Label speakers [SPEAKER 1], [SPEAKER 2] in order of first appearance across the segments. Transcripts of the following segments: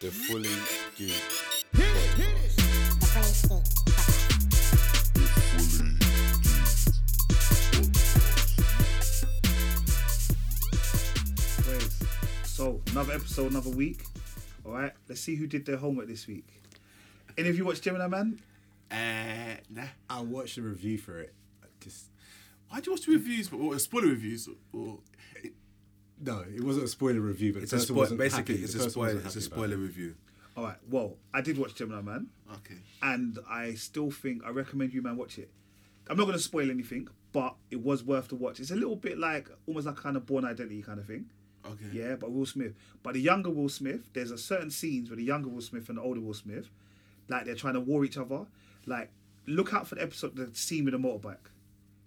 [SPEAKER 1] The fully geek.
[SPEAKER 2] Waves. So another episode, another week. All right, let's see who did their homework this week. Any of you watch Gemini Man?
[SPEAKER 3] Uh, nah.
[SPEAKER 4] I watched a review for it. I Just
[SPEAKER 3] Why do you watch the reviews? Or or spoiler reviews? Or
[SPEAKER 4] no, it wasn't a spoiler review, but
[SPEAKER 5] It's
[SPEAKER 4] the
[SPEAKER 5] a
[SPEAKER 4] person
[SPEAKER 5] spoiler.
[SPEAKER 4] wasn't
[SPEAKER 5] Basically,
[SPEAKER 4] happy.
[SPEAKER 5] it's
[SPEAKER 4] The
[SPEAKER 5] a
[SPEAKER 4] person
[SPEAKER 5] spoiler.
[SPEAKER 4] wasn't
[SPEAKER 5] It's a
[SPEAKER 4] happy about
[SPEAKER 5] spoiler review.
[SPEAKER 2] All right. Well, I did watch Gemini Man,
[SPEAKER 3] okay,
[SPEAKER 2] and I still think I recommend you, man, watch it. I'm not going to spoil anything, but it was worth the watch. It's a little bit like almost like kind of Born Identity kind of thing.
[SPEAKER 3] okay.
[SPEAKER 2] Yeah, but Will Smith. But the younger Will Smith, there's a certain scenes with the younger Will Smith and the older Will Smith, like they're trying to war each other. Like, look out for the episode, the scene with the motorbike.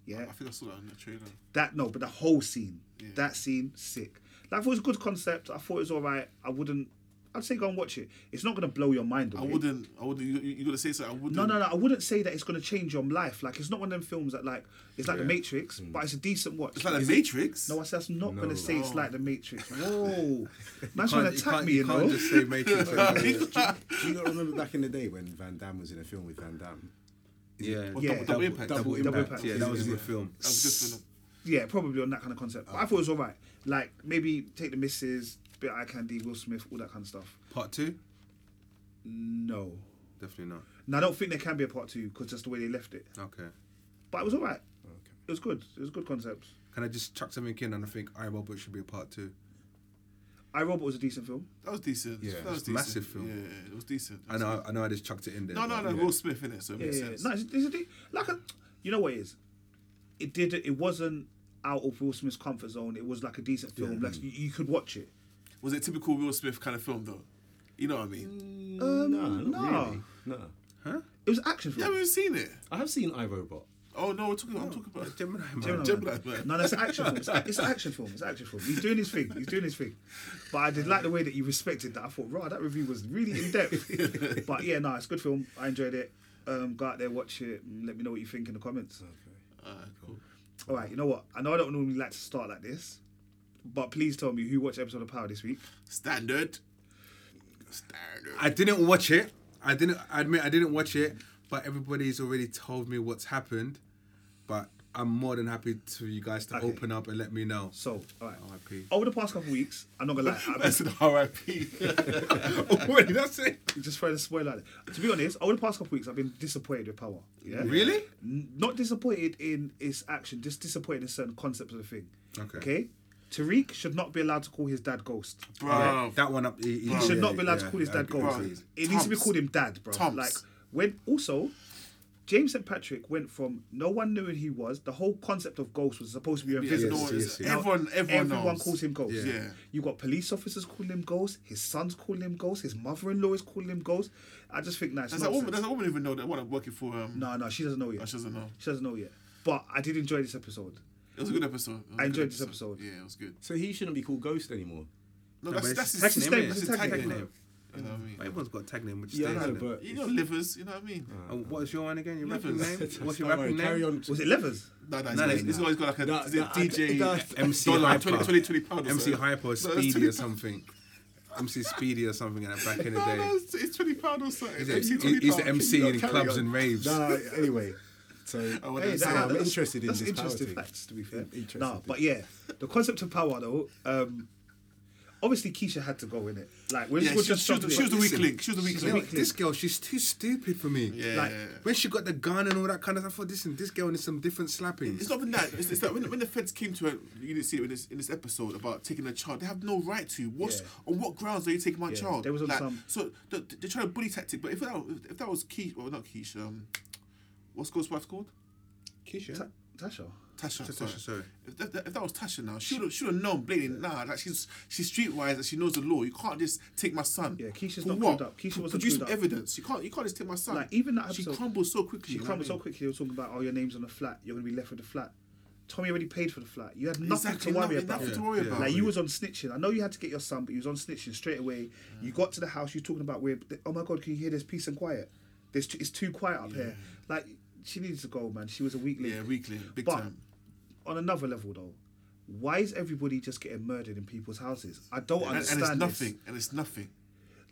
[SPEAKER 2] Yeah,
[SPEAKER 3] I think I saw that on the trailer.
[SPEAKER 2] that no, but the whole scene,
[SPEAKER 3] Yeah.
[SPEAKER 2] that scene, sick. Like, I thought it was a good concept. I thought it was all right. I wouldn't. I'd say go and watch it. It's not gonna blow your mind
[SPEAKER 3] I
[SPEAKER 2] away.
[SPEAKER 3] wouldn't. I wouldn't. You, you gotta say something. I wouldn't.
[SPEAKER 2] No, no, no. I wouldn't say that it's gonna change your life. Like, it's not one of them films that like it's like The Matrix, but it's a decent watch.
[SPEAKER 3] Mm. It's like the Matrix.
[SPEAKER 2] no, I said that's not gonna say it's
[SPEAKER 3] No.
[SPEAKER 2] like The Matrix. Whoa, man's
[SPEAKER 5] Can't-
[SPEAKER 2] trying to
[SPEAKER 5] you
[SPEAKER 2] attack
[SPEAKER 5] can't-
[SPEAKER 2] me,
[SPEAKER 5] you
[SPEAKER 2] you
[SPEAKER 5] can't
[SPEAKER 2] know.
[SPEAKER 5] just say Matrix.
[SPEAKER 4] it. Do you not remember back in the day when Van Damme was in a film with Van Damme?
[SPEAKER 5] yeah.
[SPEAKER 3] Or
[SPEAKER 2] Yeah.
[SPEAKER 3] double, double impact.
[SPEAKER 4] Double
[SPEAKER 2] Double
[SPEAKER 4] Impact.
[SPEAKER 2] Impact.
[SPEAKER 5] Yeah, that was a good film.
[SPEAKER 3] That was good for them.
[SPEAKER 2] Yeah, probably on that kind of concept. But I thought it was all right. Like maybe take the misses, bit of eye candy, Will Smith, all that kind of stuff.
[SPEAKER 5] Part two?
[SPEAKER 2] No,
[SPEAKER 5] Definitely not.
[SPEAKER 2] and I don't think there can be a part two because just the way they left it.
[SPEAKER 5] Okay.
[SPEAKER 2] But it was all right. It was good. It was a good concept.
[SPEAKER 5] Can I just chuck something in and I think I Robot should be a part two?
[SPEAKER 2] I Robot was a decent film.
[SPEAKER 3] That was decent.
[SPEAKER 4] Yeah,
[SPEAKER 3] that was
[SPEAKER 5] it's a
[SPEAKER 3] decent.
[SPEAKER 5] massive film.
[SPEAKER 3] Yeah, yeah, it was decent.
[SPEAKER 5] I know. I know. I just chucked it in there.
[SPEAKER 3] No, no,
[SPEAKER 5] but-
[SPEAKER 3] no. Will Smith in it, so it
[SPEAKER 2] Yeah,
[SPEAKER 3] makes
[SPEAKER 2] yeah.
[SPEAKER 3] sense.
[SPEAKER 2] No, it's, it's a de- like a, you know what it is. It did. It wasn't out of Will Smith's comfort zone. It was like a decent film. Like you, you could watch it.
[SPEAKER 3] Was it typical Will Smith kind of film though? You know what I mean?
[SPEAKER 4] no, not
[SPEAKER 2] no.
[SPEAKER 4] really. No,
[SPEAKER 2] It was an action
[SPEAKER 3] You
[SPEAKER 2] film.
[SPEAKER 3] haven't even seen it.
[SPEAKER 4] I have seen iRobot.
[SPEAKER 3] Oh no, we're talking. I'm talking about
[SPEAKER 5] Gemini. Man.
[SPEAKER 2] Gemini
[SPEAKER 3] Gemini
[SPEAKER 2] Man.
[SPEAKER 3] Man.
[SPEAKER 2] No, that's an action film. It's, it's an action film. It's an action film. He's doing his thing. He's doing his thing. But I did like the way that you respected that. I thought, rah, that review was really in depth. but yeah, no, it's a good film. I enjoyed it. Um, go out there, watch it. And let me know what you think in the comments.
[SPEAKER 3] Alright, cool.
[SPEAKER 2] All right, you know what? I know I don't normally like to start like this, but please tell me who watched episode of Power this week.
[SPEAKER 3] Standard. Standard.
[SPEAKER 5] I didn't watch it. I didn't. I admit I didn't watch it. But everybody's already told me what's happened. But I'm more than happy to you guys to
[SPEAKER 2] Okay.
[SPEAKER 5] open up and let me know.
[SPEAKER 2] So, all right.
[SPEAKER 5] RIP.
[SPEAKER 2] Over the past couple of weeks, I'm not gonna lie. I've
[SPEAKER 3] That's
[SPEAKER 2] been-
[SPEAKER 3] an R.I.P.
[SPEAKER 5] Already, that's it.
[SPEAKER 2] just throwing a spoiler. Out there. To be honest, over the past couple of weeks, I've been disappointed with Power. Yeah.
[SPEAKER 5] Really?
[SPEAKER 2] N- not disappointed in its action, just disappointed in certain concepts of the thing.
[SPEAKER 5] Okay.
[SPEAKER 2] Okay. Tariq should not be allowed to call his dad ghost.
[SPEAKER 3] Bro,
[SPEAKER 5] That one up. He,
[SPEAKER 3] Oh,
[SPEAKER 2] He should not be allowed to call his dad ghost.
[SPEAKER 3] Bro,
[SPEAKER 2] It needs to be
[SPEAKER 3] Tom's.
[SPEAKER 2] called him dad, bro.
[SPEAKER 3] Tom's.
[SPEAKER 2] Like when also. James St. Patrick went from no one knew who he was. The whole concept of ghost was supposed to be
[SPEAKER 3] Yes,
[SPEAKER 2] invisible.
[SPEAKER 3] no,
[SPEAKER 5] yes,
[SPEAKER 3] it's-
[SPEAKER 5] yes.
[SPEAKER 2] Now,
[SPEAKER 3] Everyone, everyone,
[SPEAKER 2] everyone
[SPEAKER 3] knows.
[SPEAKER 2] calls him Ghost.
[SPEAKER 3] Yeah. Yeah.
[SPEAKER 2] You got police officers calling him Ghost. His son's calling him Ghost. His mother-in-law is calling him Ghost. I just think that's
[SPEAKER 3] Does that woman? Does that woman even know that? What I'm working for? Um,
[SPEAKER 2] No, no, she doesn't know
[SPEAKER 3] oh,
[SPEAKER 2] yet.
[SPEAKER 3] she doesn't know.
[SPEAKER 2] She doesn't know yet. But I did enjoy this episode.
[SPEAKER 3] It was a good episode. It was
[SPEAKER 2] I
[SPEAKER 3] a good
[SPEAKER 2] enjoyed this episode.
[SPEAKER 3] Yeah, it was good.
[SPEAKER 4] So he shouldn't be called Ghost anymore.
[SPEAKER 3] No,
[SPEAKER 5] No,
[SPEAKER 3] that's
[SPEAKER 5] but
[SPEAKER 3] that's
[SPEAKER 5] it's-
[SPEAKER 3] his,
[SPEAKER 2] that's his
[SPEAKER 3] name.
[SPEAKER 2] name,
[SPEAKER 3] That's his
[SPEAKER 2] it's his
[SPEAKER 3] tag
[SPEAKER 2] tag
[SPEAKER 3] name.
[SPEAKER 5] name.
[SPEAKER 3] You know what I mean?
[SPEAKER 5] Everyone's got a tag name, which
[SPEAKER 4] Yeah, I
[SPEAKER 5] stays,
[SPEAKER 4] know,
[SPEAKER 5] isn't it?
[SPEAKER 4] but
[SPEAKER 3] You know, livers. You know what I mean?
[SPEAKER 5] And what was your one again? Your rapping
[SPEAKER 3] Levers.
[SPEAKER 5] name? What's your
[SPEAKER 4] Don't
[SPEAKER 5] rapping
[SPEAKER 4] worry, Carry
[SPEAKER 5] name?
[SPEAKER 4] on.
[SPEAKER 2] Was it Levers?
[SPEAKER 3] No, no, he's,
[SPEAKER 5] No,
[SPEAKER 3] got,
[SPEAKER 5] no,
[SPEAKER 3] he's
[SPEAKER 5] no.
[SPEAKER 3] always got like a
[SPEAKER 4] No,
[SPEAKER 3] is it
[SPEAKER 4] no, I-
[SPEAKER 3] DJ
[SPEAKER 4] no.
[SPEAKER 5] MC
[SPEAKER 3] dollar,
[SPEAKER 5] Hyper.
[SPEAKER 3] 20, 20, 20 pound. or
[SPEAKER 5] MC
[SPEAKER 3] something.
[SPEAKER 5] Hyper, or
[SPEAKER 3] No, that's
[SPEAKER 5] Speedy
[SPEAKER 3] 20
[SPEAKER 5] or something. MC Speedy or something like that back in the
[SPEAKER 3] No, no,
[SPEAKER 5] day.
[SPEAKER 3] it's, it's twenty pound or something.
[SPEAKER 5] He's,
[SPEAKER 3] MC
[SPEAKER 5] the-
[SPEAKER 3] 20
[SPEAKER 5] he's the
[SPEAKER 3] pound.
[SPEAKER 5] MC
[SPEAKER 3] No,
[SPEAKER 5] in
[SPEAKER 3] carry
[SPEAKER 5] clubs
[SPEAKER 3] on.
[SPEAKER 5] and raves.
[SPEAKER 4] No, anyway. So
[SPEAKER 3] I wouldn't
[SPEAKER 2] Hey,
[SPEAKER 3] say
[SPEAKER 4] I'm
[SPEAKER 2] that-
[SPEAKER 3] that.
[SPEAKER 2] that's-
[SPEAKER 4] interested in
[SPEAKER 2] that's
[SPEAKER 4] this power
[SPEAKER 2] interesting
[SPEAKER 4] thing.
[SPEAKER 2] facts, to be fair.
[SPEAKER 4] Interested.
[SPEAKER 2] No, but yeah, the concept of power though. Um, obviously, Keisha had to go in it. Like we're
[SPEAKER 3] Yeah,
[SPEAKER 2] just, we're
[SPEAKER 3] she-
[SPEAKER 2] just
[SPEAKER 3] she was the-
[SPEAKER 2] jumping
[SPEAKER 3] she was the
[SPEAKER 2] in.
[SPEAKER 3] weak link. She was the weak
[SPEAKER 2] She's
[SPEAKER 3] link.
[SPEAKER 5] Yo, this girl, she's too stupid for me.
[SPEAKER 3] Yeah.
[SPEAKER 2] Like,
[SPEAKER 5] When she got the gun and all that kind of stuff, I thought, listen, this girl needs some different slappings.
[SPEAKER 3] It's not even that. It's, it's that when, when the feds came to her, you didn't see it in this, in this episode about taking a child. They have no right to. What's
[SPEAKER 2] Yeah.
[SPEAKER 3] on what grounds are you taking my
[SPEAKER 2] Yeah,
[SPEAKER 3] child?
[SPEAKER 2] they was on
[SPEAKER 3] like,
[SPEAKER 2] some-
[SPEAKER 3] So they're, they're trying to bully tactic. But if that was- if that was Keisha, well not Keisha, um, what's Ghost's wife called?
[SPEAKER 5] Keisha?
[SPEAKER 2] Ta- Tasha.
[SPEAKER 3] Tasha.
[SPEAKER 5] Tasha,
[SPEAKER 3] sorry.
[SPEAKER 5] sorry.
[SPEAKER 3] If that, that- if that was Tasha now, she would have known. Blaming nah, like she's she's streetwise and she knows the law. You can't just take my son.
[SPEAKER 2] Yeah, Keisha's
[SPEAKER 3] For
[SPEAKER 2] not
[SPEAKER 3] what?
[SPEAKER 2] clued up. Keisha
[SPEAKER 3] Pro-
[SPEAKER 2] wasn't
[SPEAKER 3] Produce
[SPEAKER 2] clued up.
[SPEAKER 3] evidence. You can't you can't just take my son.
[SPEAKER 2] Like, even that
[SPEAKER 3] she
[SPEAKER 2] episode-
[SPEAKER 3] crumbles so quickly.
[SPEAKER 2] She
[SPEAKER 3] you know what
[SPEAKER 2] crumbled
[SPEAKER 3] I
[SPEAKER 2] so
[SPEAKER 3] mean?
[SPEAKER 2] quickly. They were talking about, oh, your name's on the flat. You're going to be left with the flat. Tommy already paid for the flat. You had nothing
[SPEAKER 3] Exactly,
[SPEAKER 2] to worry
[SPEAKER 3] nothing-
[SPEAKER 2] about.
[SPEAKER 3] nothing to worry Yeah. about.
[SPEAKER 2] Like you was on snitching. I know you had to get your son, but you was on snitching straight away. You got to the house. You were talking about weird. Oh my god, can you hear this peace and quiet? There's too, it's too quiet up here. Like she needed to go, man. She was a weak link.
[SPEAKER 3] Yeah, weekly, big
[SPEAKER 2] But
[SPEAKER 3] time.
[SPEAKER 2] on another level, though, why is everybody just getting murdered in people's houses? I don't
[SPEAKER 3] And, and
[SPEAKER 2] understand.
[SPEAKER 3] it's
[SPEAKER 2] this.
[SPEAKER 3] nothing. And it's nothing.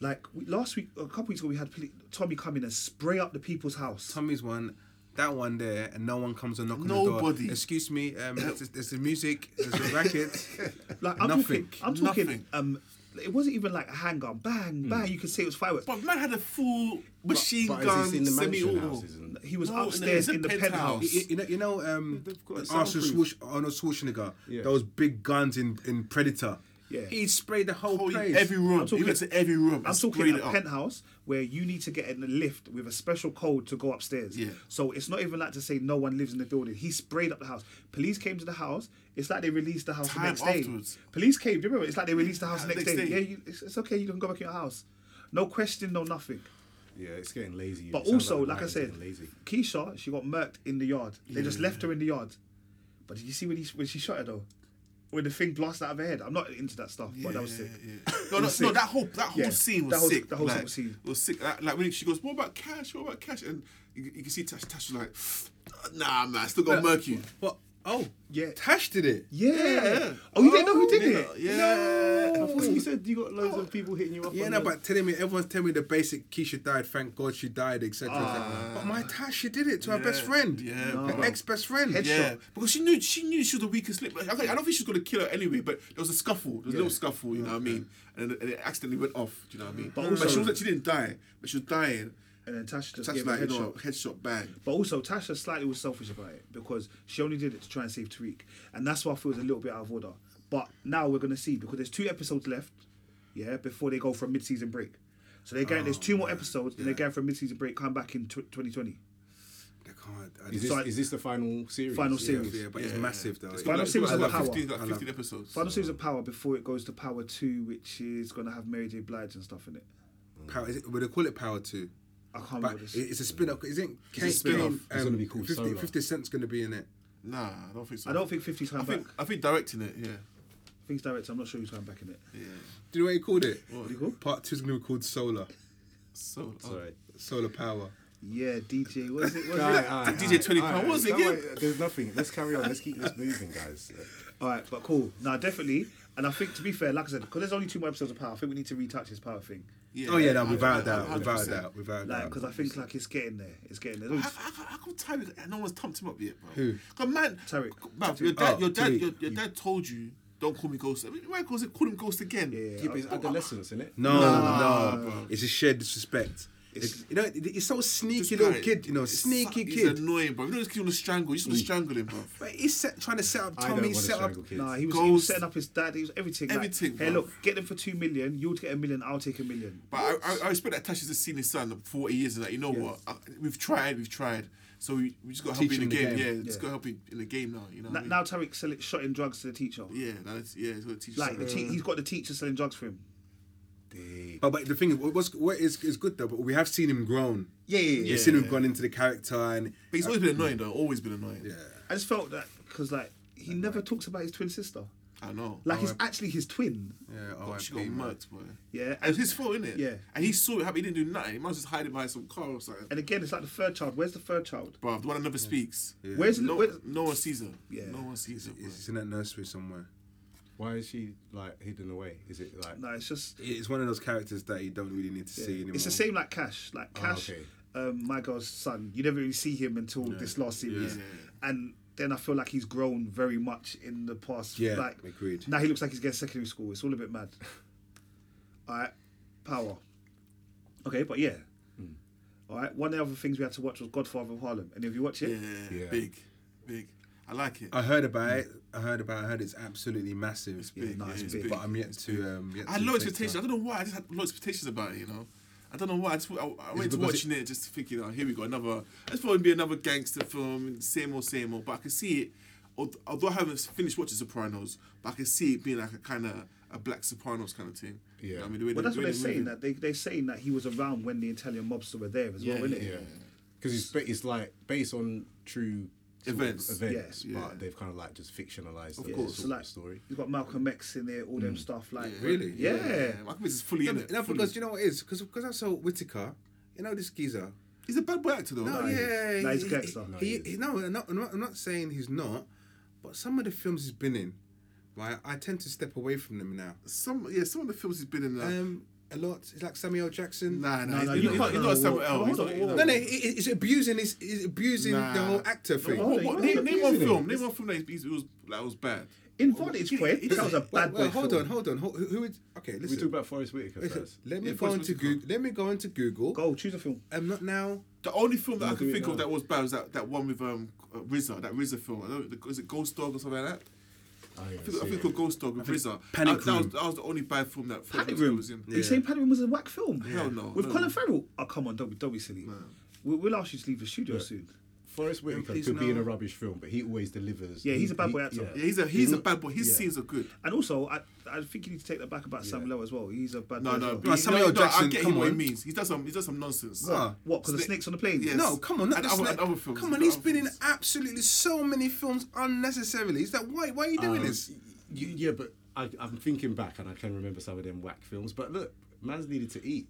[SPEAKER 2] Like we, last week, a couple weeks ago, we had poli- Tommy come in and spray up the people's house.
[SPEAKER 5] Tommy's one, that one there, and no one comes and knock on the
[SPEAKER 3] Nobody.
[SPEAKER 5] door. Excuse me, um, there's, there's the music, there's the racket.
[SPEAKER 2] Like I'm
[SPEAKER 5] Nothing.
[SPEAKER 2] talking, I'm talking.
[SPEAKER 3] Nothing. Hmm.
[SPEAKER 2] Um, it wasn't even like a handgun, bang, bang. You could see it was fireworks.
[SPEAKER 3] But man had a full machine
[SPEAKER 4] But
[SPEAKER 3] gun
[SPEAKER 4] is this in the mansion
[SPEAKER 3] semi-auto.
[SPEAKER 4] houses? And,
[SPEAKER 2] he was
[SPEAKER 3] No, in the-
[SPEAKER 2] upstairs
[SPEAKER 3] it's a
[SPEAKER 2] in the penthouse.
[SPEAKER 3] penthouse.
[SPEAKER 5] You, you know, you know, um,
[SPEAKER 4] they've got
[SPEAKER 5] Arsenal
[SPEAKER 4] soundproof.
[SPEAKER 5] Schwarz- Arnold Schwarzenegger,
[SPEAKER 4] Yeah.
[SPEAKER 5] those big guns in, in Predator.
[SPEAKER 2] Yeah.
[SPEAKER 5] He sprayed the whole
[SPEAKER 3] Oh,
[SPEAKER 5] place.
[SPEAKER 3] every room. He went to every room.
[SPEAKER 2] I'm
[SPEAKER 3] and
[SPEAKER 2] talking
[SPEAKER 3] sprayed
[SPEAKER 2] a
[SPEAKER 3] it up.
[SPEAKER 2] penthouse where you need to get in the lift with a special code to go upstairs.
[SPEAKER 3] Yeah.
[SPEAKER 2] So it's not even like to say no one lives in the building. He sprayed up the house. Police came to the house. It's like they released the house
[SPEAKER 3] Time
[SPEAKER 2] the next
[SPEAKER 3] afterwards.
[SPEAKER 2] day. Police came. Do you remember? It's like they released the house the next,
[SPEAKER 3] Next
[SPEAKER 2] day.
[SPEAKER 3] day.
[SPEAKER 2] Yeah, you, it's, it's okay. You can go back in your house. No question, no nothing.
[SPEAKER 4] yeah, it's getting lazy.
[SPEAKER 2] But
[SPEAKER 4] It sounds
[SPEAKER 2] also,
[SPEAKER 4] the
[SPEAKER 2] like, I
[SPEAKER 4] writer's
[SPEAKER 2] said,
[SPEAKER 4] getting lazy.
[SPEAKER 2] Keisha, she got murked in the yard. They just left her in the yard. But did you see when, he, when she shot her though? When the thing blasted out of her head. I'm not into that stuff, but that was
[SPEAKER 3] Yeah,
[SPEAKER 2] sick.
[SPEAKER 3] yeah. No, no,
[SPEAKER 2] was
[SPEAKER 3] no,
[SPEAKER 2] sick.
[SPEAKER 3] that whole that whole
[SPEAKER 2] Yeah,
[SPEAKER 3] scene was
[SPEAKER 2] that whole-
[SPEAKER 3] sick.
[SPEAKER 2] that whole
[SPEAKER 3] like,
[SPEAKER 2] scene.
[SPEAKER 3] was sick. Like, like when she goes, "What about cash? What about cash?" and you, you can see Tash Tash was like, "Nah, man, I still got murk you."
[SPEAKER 5] But, oh,
[SPEAKER 2] Yeah.
[SPEAKER 5] Tash did it.
[SPEAKER 2] Yeah. Oh, you didn't know who did
[SPEAKER 3] Yeah,
[SPEAKER 2] it?
[SPEAKER 3] Yeah.
[SPEAKER 4] I thought you said you got loads of people hitting you up.
[SPEAKER 5] Yeah,
[SPEAKER 4] on
[SPEAKER 5] no,
[SPEAKER 4] the-
[SPEAKER 5] but telling me, everyone's telling me the basic Keisha died, thank God she died, etc. etc. but my Tash, she did it to her
[SPEAKER 3] Yeah.
[SPEAKER 5] best friend.
[SPEAKER 3] Yeah,
[SPEAKER 5] Her
[SPEAKER 3] bro.
[SPEAKER 5] ex best friend.
[SPEAKER 2] Headshot.
[SPEAKER 3] Yeah, because she knew she knew she was the weakest link. Like, I, I don't think she was gonna kill her anyway, but there was a scuffle, there was a little scuffle, you know what I mean? And, and it accidentally went off, do you know what I mean? But,
[SPEAKER 2] also-
[SPEAKER 3] she wasn't, she didn't die, but she was dying.
[SPEAKER 2] And then Tasha just
[SPEAKER 3] That's
[SPEAKER 2] gave her a
[SPEAKER 3] like
[SPEAKER 2] headshot.
[SPEAKER 3] you know, headshot bang.
[SPEAKER 2] But also, Tasha slightly was selfish about it because she only did it to try and save Tariq, and that's why I feel it's a little bit out of order. But now we're gonna see because there's two episodes left, yeah, before they go for a mid-season break. So they're going. there's two more episodes, and they're going for a mid-season break. Come back in tw 2020,
[SPEAKER 5] I can't. I
[SPEAKER 4] is
[SPEAKER 5] just-
[SPEAKER 4] this,
[SPEAKER 2] so I-
[SPEAKER 4] is this the final series?
[SPEAKER 2] final
[SPEAKER 4] Yeah.
[SPEAKER 2] series.
[SPEAKER 5] yeah, but it's massive though. It's
[SPEAKER 2] Final
[SPEAKER 5] like-
[SPEAKER 2] series
[SPEAKER 5] it's
[SPEAKER 2] of
[SPEAKER 5] like
[SPEAKER 2] Power.
[SPEAKER 3] 15, like
[SPEAKER 5] I
[SPEAKER 3] 15
[SPEAKER 5] love-
[SPEAKER 3] episodes.
[SPEAKER 2] Final series of Power before it goes to Power Two, which is gonna have Mary J. Blige and stuff in it.
[SPEAKER 5] Power, is it, would they call it Power Two?
[SPEAKER 2] I can't
[SPEAKER 5] But
[SPEAKER 2] remember this.
[SPEAKER 5] it- it's a spin off. Isn't
[SPEAKER 3] a
[SPEAKER 5] Kane,
[SPEAKER 3] spin-off.
[SPEAKER 5] Kane,
[SPEAKER 3] It's
[SPEAKER 5] um,
[SPEAKER 4] gonna be called
[SPEAKER 5] 50,
[SPEAKER 4] Solar.
[SPEAKER 5] 50 Cent's going to be in it.
[SPEAKER 3] Nah, I don't think so.
[SPEAKER 2] I don't think 50
[SPEAKER 3] I
[SPEAKER 2] time
[SPEAKER 3] think
[SPEAKER 2] back.
[SPEAKER 3] I think directing it, yeah.
[SPEAKER 2] I think it's direct. I'm not sure who's time back in it.
[SPEAKER 3] Yeah.
[SPEAKER 5] Do you know what he called it?
[SPEAKER 2] What do you call?
[SPEAKER 5] Part Two is going to be called Solar.
[SPEAKER 3] So oh.
[SPEAKER 4] Sorry.
[SPEAKER 5] Solar Power.
[SPEAKER 2] Yeah, DJ. What is it? What is
[SPEAKER 4] Aye,
[SPEAKER 2] it?
[SPEAKER 4] aye,
[SPEAKER 3] DJ
[SPEAKER 4] aye,
[SPEAKER 3] 20 pound,
[SPEAKER 4] aye.
[SPEAKER 3] what was it
[SPEAKER 4] uh, Don't
[SPEAKER 3] again?
[SPEAKER 4] worry, There's nothing. Let's carry on. Let's keep this moving, guys.
[SPEAKER 2] All right, but cool. Now, definitely, and I think to be fair, like I said, because there's only two more episodes of Power, I think we need to retouch this Power thing.
[SPEAKER 5] oh yeah, no,
[SPEAKER 3] I-
[SPEAKER 5] without
[SPEAKER 3] I-
[SPEAKER 5] that,
[SPEAKER 3] I-
[SPEAKER 5] without
[SPEAKER 3] 100%.
[SPEAKER 5] that, without
[SPEAKER 2] Like,
[SPEAKER 5] that.
[SPEAKER 2] because I think like it's getting there. It's getting there. There's
[SPEAKER 3] How,
[SPEAKER 2] only-
[SPEAKER 3] how, how come Tyreek, no one's pumped him up yet, bro?
[SPEAKER 5] Who?
[SPEAKER 3] Cause man,
[SPEAKER 2] Tyreek.
[SPEAKER 3] Man, your dad,
[SPEAKER 5] Oh,
[SPEAKER 3] your, dad
[SPEAKER 5] Tyreek.
[SPEAKER 3] your, your dad told you, don't call me ghost. I mean, why calls it, call him ghost again?
[SPEAKER 2] Yeah.
[SPEAKER 4] Yeah, but it's adolescence, isn't it?
[SPEAKER 5] No,
[SPEAKER 3] Nah,
[SPEAKER 5] no,
[SPEAKER 3] bro.
[SPEAKER 5] it's a shared disrespect. It's, you know, it- it's so
[SPEAKER 3] This
[SPEAKER 5] sneaky
[SPEAKER 3] guy,
[SPEAKER 5] little kid. You know,
[SPEAKER 3] it's
[SPEAKER 5] sneaky
[SPEAKER 3] su-
[SPEAKER 5] kid.
[SPEAKER 3] He's annoying, bro. You know this kid want to strangle. You just want to strangle him, bro.
[SPEAKER 5] but he's set, trying to set up
[SPEAKER 4] I don't
[SPEAKER 5] Tommy.
[SPEAKER 4] want to
[SPEAKER 5] Set up.
[SPEAKER 4] strangle kids.
[SPEAKER 2] Nah, he was, he was
[SPEAKER 3] Goals.
[SPEAKER 2] setting up his dad. He was everything. like,
[SPEAKER 3] Everything,
[SPEAKER 2] hey,
[SPEAKER 3] bruv.
[SPEAKER 2] look, get them for two million. You'll get a million. I'll take a million.
[SPEAKER 3] But I, I, I respect that Tasha's just seen his son for 40 years and like, you know what? I, we've tried, we've tried. So we, we just got to help
[SPEAKER 5] Teach
[SPEAKER 3] you in the
[SPEAKER 5] him
[SPEAKER 3] game.
[SPEAKER 5] the game.
[SPEAKER 3] Yeah, just
[SPEAKER 2] Yeah.
[SPEAKER 3] got to help you in the game now, you know?
[SPEAKER 2] Na-
[SPEAKER 3] what I
[SPEAKER 2] now Tariq sell it, shotting drugs to the teacher.
[SPEAKER 3] mean? Yeah, uh, now it's, yeah, it's got to teach
[SPEAKER 2] Like the
[SPEAKER 3] something.
[SPEAKER 2] te- he's got the teacher selling drugs for him.
[SPEAKER 5] But, but the thing is, what- what's what is, is good though. But we have seen him grown.
[SPEAKER 2] Yeah, yeah, yeah.
[SPEAKER 5] We've seen him gone into the character and
[SPEAKER 3] But he's always been annoying, though. Always been annoying.
[SPEAKER 5] yeah.
[SPEAKER 2] I just felt that because like he never talks about his twin sister.
[SPEAKER 3] I know.
[SPEAKER 2] Like
[SPEAKER 3] Like,
[SPEAKER 2] he's actually his twin.
[SPEAKER 5] Yeah,
[SPEAKER 3] she got
[SPEAKER 5] RIP, man.
[SPEAKER 3] murked, boy.
[SPEAKER 2] Yeah.
[SPEAKER 3] And it was his fault, innit?
[SPEAKER 2] Yeah.
[SPEAKER 3] And he saw it happen. He didn't do nothing. He must just hide it behind some car or something.
[SPEAKER 2] And again, it's like the third child. Where's the third child?
[SPEAKER 3] Bro, the one that never speaks.
[SPEAKER 2] Where's
[SPEAKER 3] no,
[SPEAKER 2] where's,
[SPEAKER 3] no one sees her.
[SPEAKER 2] Yeah.
[SPEAKER 3] No one sees her, bro.
[SPEAKER 5] It's in that nursery somewhere.
[SPEAKER 4] Why is she like hidden away? Is it like?
[SPEAKER 2] no? It's just
[SPEAKER 5] It's one of those characters that you don't really need to see anymore.
[SPEAKER 2] It's the same like Cash. Like Cash,
[SPEAKER 4] okay.
[SPEAKER 2] um, my girl's son. You never really see him until this last series,
[SPEAKER 3] Yeah.
[SPEAKER 2] and then I feel like he's grown very much in the past.
[SPEAKER 5] Yeah,
[SPEAKER 2] like,
[SPEAKER 5] agreed.
[SPEAKER 2] Now he looks like he's getting secondary school. It's all a bit mad. all right, power. Okay, but yeah. All right. One of the other things we had to watch was Godfather of Harlem. And if you watch it,
[SPEAKER 3] Yeah,
[SPEAKER 4] Yeah.
[SPEAKER 3] Big. Big. I like it.
[SPEAKER 5] I heard about it. I heard about. it. I heard it's absolutely massive.
[SPEAKER 3] big,
[SPEAKER 2] no,
[SPEAKER 3] yeah,
[SPEAKER 2] it's
[SPEAKER 3] it's
[SPEAKER 2] big.
[SPEAKER 3] big.
[SPEAKER 5] But I'm yet to. Um, yet
[SPEAKER 3] I had
[SPEAKER 5] to
[SPEAKER 3] low
[SPEAKER 5] take
[SPEAKER 3] expectations. I
[SPEAKER 5] that.
[SPEAKER 3] don't know why. I just had low expectations about it. You know, I don't know why. I, just, I, I went to
[SPEAKER 5] because
[SPEAKER 3] watching it just thinking, oh, here we go, another. It's probably be another gangster film, same old, same old. But I can see it. al- Although I haven't finished watching Sopranos, but I can see it being like a kind of a black Sopranos kind of thing. You
[SPEAKER 4] Yeah.
[SPEAKER 3] know what I mean, the way
[SPEAKER 2] well,
[SPEAKER 3] they-
[SPEAKER 2] that's
[SPEAKER 3] the
[SPEAKER 2] what
[SPEAKER 3] way
[SPEAKER 2] they're
[SPEAKER 3] they
[SPEAKER 2] saying.
[SPEAKER 3] move it.
[SPEAKER 2] That they they're saying that he was around when the Italian mobster were there as
[SPEAKER 3] Yeah,
[SPEAKER 2] well, isn't
[SPEAKER 3] yeah,
[SPEAKER 2] it?
[SPEAKER 4] Yeah, because it's ba- it's like based on true sort of
[SPEAKER 3] Events.
[SPEAKER 4] events,
[SPEAKER 3] Yeah.
[SPEAKER 4] but they've kind of like just fictionalized the
[SPEAKER 2] Yeah,
[SPEAKER 4] sort
[SPEAKER 2] so
[SPEAKER 4] of
[SPEAKER 2] like,
[SPEAKER 4] story.
[SPEAKER 2] you've got Malcolm X in there, all them stuff. Like,
[SPEAKER 5] Really?
[SPEAKER 2] yeah.
[SPEAKER 3] Malcolm X is fully in it.
[SPEAKER 5] No,
[SPEAKER 3] fully.
[SPEAKER 5] because you know what it is because because I saw Whitaker. You know this geezer.
[SPEAKER 3] He's a bad boy actor though.
[SPEAKER 5] No,
[SPEAKER 3] like,
[SPEAKER 5] yeah,
[SPEAKER 2] No, he's
[SPEAKER 5] he-
[SPEAKER 2] a gangster.
[SPEAKER 5] he- he- he- no, I'm not, I'm not. I'm not saying he's not, but some of the films he's been in, right? I tend to step away from them now.
[SPEAKER 3] Some yeah, some of the films he's been in. Like,
[SPEAKER 5] Um, a lot. It's like Samuel Jackson.
[SPEAKER 3] Nah, nah,
[SPEAKER 2] No, no,
[SPEAKER 3] he's
[SPEAKER 2] you
[SPEAKER 3] not-
[SPEAKER 2] can't-
[SPEAKER 3] he's not
[SPEAKER 2] no,
[SPEAKER 3] Samuel
[SPEAKER 2] no,
[SPEAKER 3] L. He's
[SPEAKER 2] hold on,
[SPEAKER 3] not-
[SPEAKER 2] hold
[SPEAKER 5] No, no, it, it's abusing. It's, it's abusing the
[SPEAKER 3] Nah.
[SPEAKER 5] whole actor thing.
[SPEAKER 3] What- what-
[SPEAKER 2] Hold on,
[SPEAKER 3] Name
[SPEAKER 2] hold
[SPEAKER 3] name
[SPEAKER 2] on.
[SPEAKER 3] one film. Name one film that he's- he was that was bad.
[SPEAKER 2] In Vantage Point, that was a
[SPEAKER 5] Well,
[SPEAKER 2] bad
[SPEAKER 5] well,
[SPEAKER 2] boy
[SPEAKER 5] hold
[SPEAKER 2] film.
[SPEAKER 5] on, hold on. Who, who is? Okay,
[SPEAKER 4] We
[SPEAKER 5] listen.
[SPEAKER 4] talk about Forest Whitaker
[SPEAKER 5] Listen,
[SPEAKER 4] first.
[SPEAKER 5] let me
[SPEAKER 3] Yeah,
[SPEAKER 5] go
[SPEAKER 3] first,
[SPEAKER 5] into
[SPEAKER 3] what's it called?
[SPEAKER 5] Google. Let me go into Google.
[SPEAKER 2] Go, choose a film.
[SPEAKER 5] I'm not now.
[SPEAKER 3] The only film that I
[SPEAKER 4] do
[SPEAKER 3] can
[SPEAKER 4] it
[SPEAKER 3] think of
[SPEAKER 4] now.
[SPEAKER 3] that was bad was that, that one with um uh, RZA, that RZA film. I don't, is it Ghost Dog or something like that?
[SPEAKER 4] Oh, yeah,
[SPEAKER 3] I think, I
[SPEAKER 4] see
[SPEAKER 3] think
[SPEAKER 4] it.
[SPEAKER 3] it's called Ghost Dog with RZA.
[SPEAKER 5] Panic
[SPEAKER 3] that, that, was,
[SPEAKER 5] Room.
[SPEAKER 3] that was the only bad film that Fred
[SPEAKER 2] Panic
[SPEAKER 3] Roach
[SPEAKER 2] Room.
[SPEAKER 3] was in.
[SPEAKER 2] Are you saying Panic Room was a whack film?
[SPEAKER 3] Hell no,
[SPEAKER 2] With
[SPEAKER 3] no.
[SPEAKER 2] Colin Farrell? Oh, come on, don't be, don't be silly. We, we'll ask you to leave the studio soon.
[SPEAKER 4] Forest Whitaker
[SPEAKER 5] please
[SPEAKER 4] could be in
[SPEAKER 5] no.
[SPEAKER 4] a rubbish film, but he always delivers.
[SPEAKER 2] Yeah,
[SPEAKER 4] He-
[SPEAKER 2] he's a bad
[SPEAKER 4] he-
[SPEAKER 2] boy actor.
[SPEAKER 3] Yeah, he's a he's a
[SPEAKER 4] not-
[SPEAKER 3] bad boy. His
[SPEAKER 4] yeah.
[SPEAKER 3] scenes are good.
[SPEAKER 2] And also, I, I think you need to take that back about Samuel L. as well. He's a bad
[SPEAKER 3] No,
[SPEAKER 2] boy.
[SPEAKER 3] no,
[SPEAKER 2] as
[SPEAKER 3] but
[SPEAKER 2] well.
[SPEAKER 5] No,
[SPEAKER 3] he-
[SPEAKER 5] Samuel
[SPEAKER 3] I
[SPEAKER 5] Jackson,
[SPEAKER 3] get
[SPEAKER 5] come
[SPEAKER 3] what he
[SPEAKER 5] on. Ah.
[SPEAKER 3] means. He does some he does some nonsense.
[SPEAKER 5] What?
[SPEAKER 2] What? Because the
[SPEAKER 3] Snake-
[SPEAKER 2] snakes on the plane?
[SPEAKER 3] Yes.
[SPEAKER 5] No, come on, not
[SPEAKER 3] And
[SPEAKER 5] the
[SPEAKER 3] other-
[SPEAKER 5] snake.
[SPEAKER 3] and other films,
[SPEAKER 5] Come on,
[SPEAKER 3] and
[SPEAKER 5] he's
[SPEAKER 3] other
[SPEAKER 5] been in
[SPEAKER 3] films.
[SPEAKER 5] absolutely so many films unnecessarily. Is that why? Why are you doing
[SPEAKER 4] Um,
[SPEAKER 5] this?
[SPEAKER 4] y- yeah, but I, I'm thinking back and I can remember some of them whack films. But look, man's needed to eat.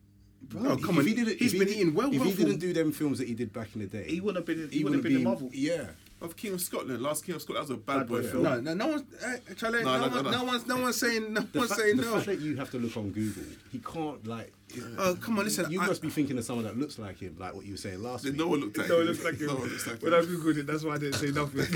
[SPEAKER 5] No, come on, he's
[SPEAKER 4] if
[SPEAKER 5] been
[SPEAKER 4] did-
[SPEAKER 5] eating well,
[SPEAKER 4] If
[SPEAKER 5] well
[SPEAKER 4] he
[SPEAKER 5] for-
[SPEAKER 4] didn't do them films that he did back in the day,
[SPEAKER 2] He wouldn't have been in- he wouldn't have been in
[SPEAKER 4] Yeah,
[SPEAKER 3] Of King of Scotland, last King of Scotland, that was a bad,
[SPEAKER 2] Bad
[SPEAKER 3] boy
[SPEAKER 2] boy, yeah.
[SPEAKER 3] film.
[SPEAKER 5] No, no, no one's. Uh, Charlie,
[SPEAKER 3] No,
[SPEAKER 5] no,
[SPEAKER 3] no,
[SPEAKER 5] one,
[SPEAKER 3] no,
[SPEAKER 5] no,
[SPEAKER 3] no.
[SPEAKER 5] one's. No one's saying. No
[SPEAKER 4] the,
[SPEAKER 5] one's
[SPEAKER 4] fact,
[SPEAKER 5] saying
[SPEAKER 4] the
[SPEAKER 5] no.
[SPEAKER 4] fact that you have to look on Google, he can't like.
[SPEAKER 5] Oh, come on, listen.
[SPEAKER 4] You
[SPEAKER 5] I-
[SPEAKER 4] must be thinking of someone that looks like him, like what you were saying last week.
[SPEAKER 3] No one looked like
[SPEAKER 2] No,
[SPEAKER 3] him.
[SPEAKER 2] it looks like him.
[SPEAKER 3] No one looks like
[SPEAKER 2] when
[SPEAKER 3] him.
[SPEAKER 2] I googled it, that's why I didn't say nothing.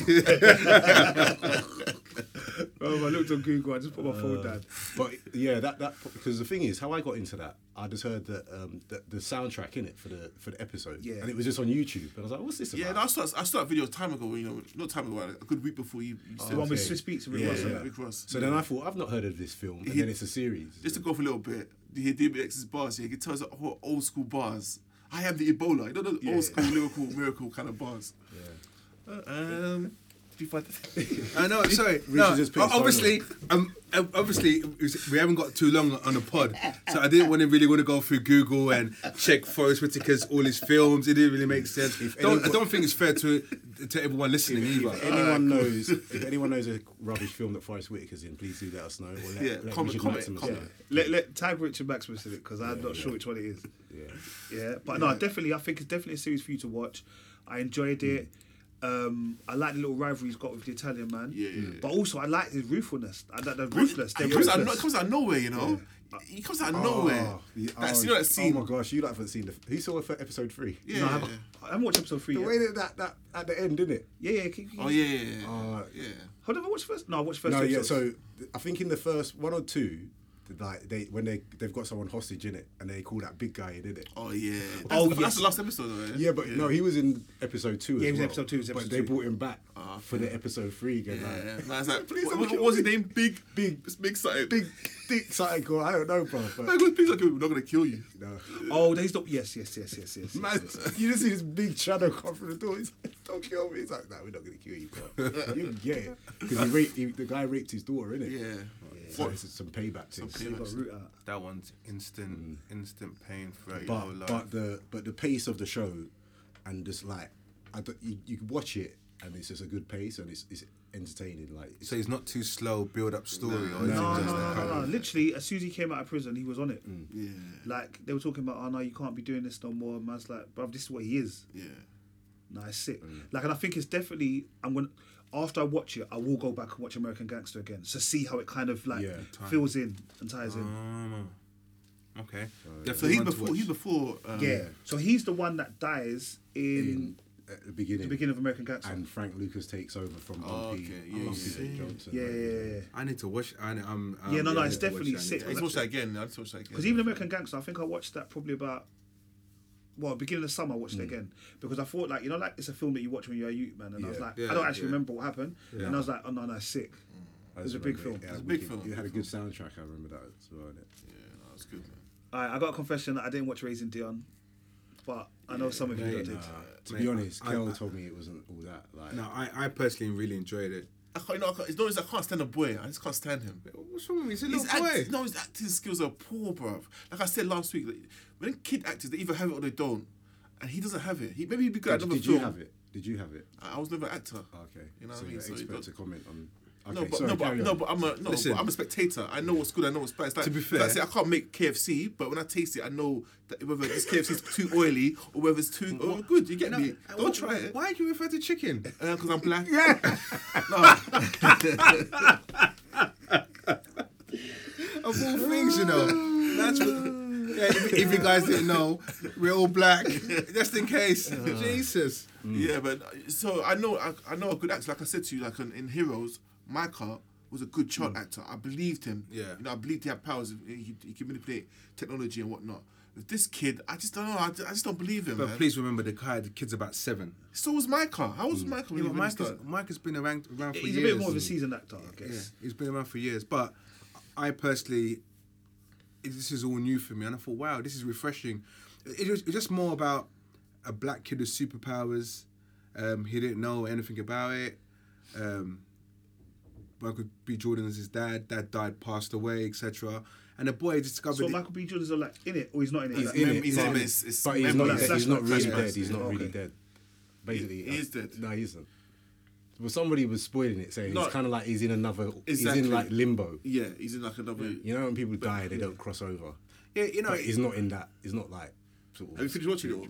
[SPEAKER 2] um, I looked on Google. I just put my phone
[SPEAKER 3] Uh,
[SPEAKER 2] down.
[SPEAKER 4] but yeah, that that because the thing is, how I got into that, I just heard that um the, the soundtrack in it for the for the episode,
[SPEAKER 2] Yeah.
[SPEAKER 4] and it was just on YouTube, and I was like, what's this about?
[SPEAKER 3] Yeah, no, I saw I saw that video time ago. You know, not time ago, like a good week before you. you
[SPEAKER 2] The
[SPEAKER 3] said
[SPEAKER 2] one with
[SPEAKER 4] okay.
[SPEAKER 2] Swiss Beats and Rick
[SPEAKER 4] Yeah,
[SPEAKER 2] Ross.
[SPEAKER 4] yeah.
[SPEAKER 2] and that.
[SPEAKER 3] Rick Ross.
[SPEAKER 4] So then I thought I've not heard of this film, and then it's a series.
[SPEAKER 3] Just to go for a little bit, you hear DBX's bars. Yeah, he tells us all old school bars. I have the Ebola. You know the old school lyrical miracle kind of bars. Yeah. um. do you find that-
[SPEAKER 5] I know. Sorry, no.
[SPEAKER 4] just picked
[SPEAKER 5] o- Obviously, um, ob- obviously, it was- we haven't got too long on the pod, so I didn't want to really want to go through Google and check Forest Whitaker's all his films. It didn't really make sense. Don't, I don't think it's fair to to everyone listening
[SPEAKER 4] If
[SPEAKER 5] either.
[SPEAKER 4] anyone knows, if anyone knows a rubbish film that Forrest Whitaker's in, please do let us know. Or let,
[SPEAKER 3] Yeah,
[SPEAKER 4] let
[SPEAKER 3] comment,
[SPEAKER 4] Richard
[SPEAKER 3] comment,
[SPEAKER 4] Maximus
[SPEAKER 3] comment.
[SPEAKER 4] know.
[SPEAKER 2] Let let tag Richard Maximus in it because I'm not sure which one it is. Yeah, yeah, but no, definitely. I think it's definitely a series for you to watch. I enjoyed it. Um, I like the little rivalry he's got with the Italian man.
[SPEAKER 3] Yeah, yeah, yeah.
[SPEAKER 2] But also, I like his ruthlessness. I like the ruthless. They're
[SPEAKER 3] It comes, out, it
[SPEAKER 2] ruthless.
[SPEAKER 3] comes out of nowhere, you know. He comes out of nowhere.
[SPEAKER 4] Oh, yeah,
[SPEAKER 3] That's
[SPEAKER 4] oh,
[SPEAKER 3] you know that scene.
[SPEAKER 4] Oh my gosh, you like haven't seen the. Who saw it for episode three?
[SPEAKER 3] Yeah.
[SPEAKER 2] No, I haven't, I haven't watched episode three
[SPEAKER 4] The
[SPEAKER 2] yet.
[SPEAKER 4] way that, that that at the end, didn't it?
[SPEAKER 2] Yeah, yeah. Can, can,
[SPEAKER 3] Oh yeah, yeah, yeah.
[SPEAKER 4] Oh.
[SPEAKER 3] yeah.
[SPEAKER 2] Hold on, I watched first. No, I watched first.
[SPEAKER 4] no,
[SPEAKER 2] two
[SPEAKER 4] yeah.
[SPEAKER 2] episodes.
[SPEAKER 4] So th- I think in the first one or two, th- like they when they they've got someone hostage in it, and they call that big guy in it.
[SPEAKER 3] Oh yeah. That's,
[SPEAKER 2] Oh,
[SPEAKER 3] the,
[SPEAKER 2] yes.
[SPEAKER 3] that's the last episode, though. Yeah,
[SPEAKER 4] Yeah, but no, he was in episode two.
[SPEAKER 2] Yeah,
[SPEAKER 4] as
[SPEAKER 2] he was in
[SPEAKER 4] well,
[SPEAKER 2] episode two, he was in
[SPEAKER 4] but
[SPEAKER 2] episode
[SPEAKER 4] they
[SPEAKER 2] two.
[SPEAKER 4] brought him back for the episode three. Again,
[SPEAKER 3] Yeah, Ah, yeah.
[SPEAKER 4] like,
[SPEAKER 3] Man, it's like,
[SPEAKER 4] Please
[SPEAKER 3] what,
[SPEAKER 4] don't
[SPEAKER 3] what,
[SPEAKER 4] kill
[SPEAKER 3] what was his
[SPEAKER 4] me.
[SPEAKER 3] name? Big,
[SPEAKER 4] Big-
[SPEAKER 3] big something.
[SPEAKER 4] big dick psycho. I don't know, bro.
[SPEAKER 3] Man,
[SPEAKER 4] But,
[SPEAKER 3] good things like we're not gonna kill you.
[SPEAKER 4] no.
[SPEAKER 2] Oh, he's not. Yes, yes, yes, yes, yes.
[SPEAKER 4] Man, you just see this big shadow come through the door. He's like, "Don't kill me." He's like, "No, we're not gonna kill you, bro. You can get it because he raped he, the guy raped his daughter, innit?
[SPEAKER 3] Yeah.
[SPEAKER 4] So it's some payback things.
[SPEAKER 2] They got root out.
[SPEAKER 5] That one's instant, instant pain throughout your whole
[SPEAKER 4] but but the but the pace of the show, and just like, I don't, you you can watch it and it's just a good pace and it's it's entertaining. Like, it's,
[SPEAKER 5] so it's not too slow build up story. or is it
[SPEAKER 2] No, no,
[SPEAKER 5] just that
[SPEAKER 2] no,
[SPEAKER 5] kind
[SPEAKER 2] no,
[SPEAKER 5] of-
[SPEAKER 2] no. Literally, as soon as he came out of prison, he was on it.
[SPEAKER 4] Mm.
[SPEAKER 3] Yeah.
[SPEAKER 2] Like they were talking about, oh no, you can't be doing this no more. And man's like, bruv, this is what he is.
[SPEAKER 3] Yeah.
[SPEAKER 2] Nah, it's sick.
[SPEAKER 4] Mm.
[SPEAKER 2] Like, and I think it's definitely. I'm gonna after I watch it, I will go back and watch American Gangster again to see how it kind of like
[SPEAKER 4] Yeah, Ah,
[SPEAKER 2] fills in and ties in.
[SPEAKER 5] Um, okay.
[SPEAKER 3] So
[SPEAKER 5] Definitely
[SPEAKER 3] he's
[SPEAKER 5] one to
[SPEAKER 3] before.
[SPEAKER 5] watch.
[SPEAKER 3] He's before. Um,
[SPEAKER 2] Yeah. So he's the one that dies in,
[SPEAKER 4] in, at the beginning,
[SPEAKER 2] the beginning of American Gangster.
[SPEAKER 4] and Frank Lucas takes over from
[SPEAKER 3] Oh,
[SPEAKER 4] Bumpy,
[SPEAKER 3] okay, yeah,
[SPEAKER 4] Bumpy
[SPEAKER 3] yeah,
[SPEAKER 4] St. Johnson.
[SPEAKER 2] yeah, yeah,
[SPEAKER 4] right?
[SPEAKER 2] yeah. yeah.
[SPEAKER 5] I need to watch. I, I'm, um,
[SPEAKER 2] Yeah, no, no,
[SPEAKER 5] I
[SPEAKER 2] it's
[SPEAKER 5] need to watch
[SPEAKER 2] definitely
[SPEAKER 5] that.
[SPEAKER 2] sick.
[SPEAKER 3] I need to watch that again. I need to watch that again.
[SPEAKER 2] Because even American Gangster, I think I watched that probably about well, beginning of summer I watched it again. Because I thought like, you know, like it's a film that you watch when you're a youth man and I was
[SPEAKER 4] Yeah.
[SPEAKER 2] like,
[SPEAKER 5] Yeah,
[SPEAKER 2] I don't actually
[SPEAKER 5] yeah.
[SPEAKER 2] remember what happened. And I was like, oh no, no, it's sick.
[SPEAKER 4] I
[SPEAKER 2] It was
[SPEAKER 4] just
[SPEAKER 2] a big
[SPEAKER 4] remember
[SPEAKER 2] film.
[SPEAKER 4] It,
[SPEAKER 2] It
[SPEAKER 4] had
[SPEAKER 2] was
[SPEAKER 3] a big
[SPEAKER 4] wicked-
[SPEAKER 3] film.
[SPEAKER 4] It had a good soundtrack. I remember that as well. Innit?
[SPEAKER 3] Yeah, no, it's good, man.
[SPEAKER 2] Alright, I got a confession that I didn't watch Raising Dion, but I know some of you that did.
[SPEAKER 4] To
[SPEAKER 5] Mate,
[SPEAKER 4] be honest,
[SPEAKER 5] I-
[SPEAKER 4] Kel
[SPEAKER 5] I-
[SPEAKER 4] told me it wasn't all that. Like,
[SPEAKER 5] No, I, I personally really enjoyed it.
[SPEAKER 3] I can't, you know, I can't, it's not as I can't stand a boy. I just can't stand him.
[SPEAKER 5] What's wrong with me? He's a
[SPEAKER 3] His
[SPEAKER 5] little boy.
[SPEAKER 3] act, no, his acting skills are poor, bruv. Like I said last week, like, when kid actors, they either have it or they don't. And he doesn't have it. He maybe he'd be good at
[SPEAKER 4] did,
[SPEAKER 3] another
[SPEAKER 4] did
[SPEAKER 3] film.
[SPEAKER 4] you have it? Did you have it? Ah,
[SPEAKER 3] I I was never an actor.
[SPEAKER 4] Okay.
[SPEAKER 3] You know what
[SPEAKER 4] so
[SPEAKER 3] I mean?
[SPEAKER 4] you're
[SPEAKER 3] So you
[SPEAKER 4] expert
[SPEAKER 3] don't-
[SPEAKER 4] to comment on. Okay,
[SPEAKER 3] No, but,
[SPEAKER 4] sorry,
[SPEAKER 3] no, but,
[SPEAKER 4] carry on.
[SPEAKER 3] no, but I'm a no,
[SPEAKER 5] Listen.
[SPEAKER 3] but I'm a spectator. I know what's good. I know what's bad. It's like,
[SPEAKER 5] To be
[SPEAKER 3] it's
[SPEAKER 5] fair-
[SPEAKER 3] like, say, I can't make KFC, but when I taste it, I know that whether this KFC is too oily or whether it's too oh, good. You get
[SPEAKER 5] No,
[SPEAKER 3] me?
[SPEAKER 5] uh,
[SPEAKER 3] Don't
[SPEAKER 5] wh-
[SPEAKER 3] try it
[SPEAKER 5] Why do you refer to chicken?
[SPEAKER 3] because I'm black. Yeah. no.
[SPEAKER 5] of all things, you know. That's what. Yeah, if, if you guys didn't know, we're all black, just in case. Jesus.
[SPEAKER 3] Yeah, but uh, so I know I, I know a good actor. Like I said to you, like on, in Heroes, Micah was a good child actor. I believed him.
[SPEAKER 5] Yeah.
[SPEAKER 3] you know, I believed he had powers. He, he could manipulate technology and whatnot. With this kid, I just don't know. I, ju- I just don't believe him.
[SPEAKER 5] But
[SPEAKER 3] man.
[SPEAKER 5] please remember, the guy, the kid's about seven.
[SPEAKER 3] So was Micah. How was Micah when he
[SPEAKER 5] Yeah, but
[SPEAKER 3] really
[SPEAKER 5] Mike, is,
[SPEAKER 3] started?
[SPEAKER 5] Mike has been around, around for
[SPEAKER 2] He's
[SPEAKER 5] years.
[SPEAKER 2] a bit more of a seasoned actor, I
[SPEAKER 5] Yeah,
[SPEAKER 2] guess.
[SPEAKER 5] he's been around for years. But I personally, this is all new for me, and I thought, wow, this is refreshing. It was, it was just more about a black kid with superpowers. Um, he didn't know anything about it. Um, Michael B. Jordan is his dad. Dad died, passed away, etc. And the boy discovered.
[SPEAKER 2] So
[SPEAKER 5] it-
[SPEAKER 2] Michael B. Jordan's like in it, or he's not in it.
[SPEAKER 3] He's
[SPEAKER 2] Like,
[SPEAKER 3] in it.
[SPEAKER 2] mem-
[SPEAKER 3] He's
[SPEAKER 4] but-
[SPEAKER 3] in it. It's- it's
[SPEAKER 4] but he's
[SPEAKER 2] memory.
[SPEAKER 4] not, dead. he's not
[SPEAKER 2] Flashbacks.
[SPEAKER 4] really
[SPEAKER 2] Flashbacks.
[SPEAKER 4] dead. He's not
[SPEAKER 2] Okay.
[SPEAKER 4] really dead. Basically,
[SPEAKER 3] he is dead.
[SPEAKER 4] No, he isn't. Well, somebody was spoiling it, saying
[SPEAKER 3] No.
[SPEAKER 4] it's kind of like he's in another. He's
[SPEAKER 3] Exactly.
[SPEAKER 4] in like limbo.
[SPEAKER 3] Yeah, he's in like another.
[SPEAKER 4] You know, when people die, they don't cross over.
[SPEAKER 5] yeah, you know,
[SPEAKER 4] But
[SPEAKER 5] it-
[SPEAKER 4] he's not in that. He's not like sort of.
[SPEAKER 3] Have you finished watching it all?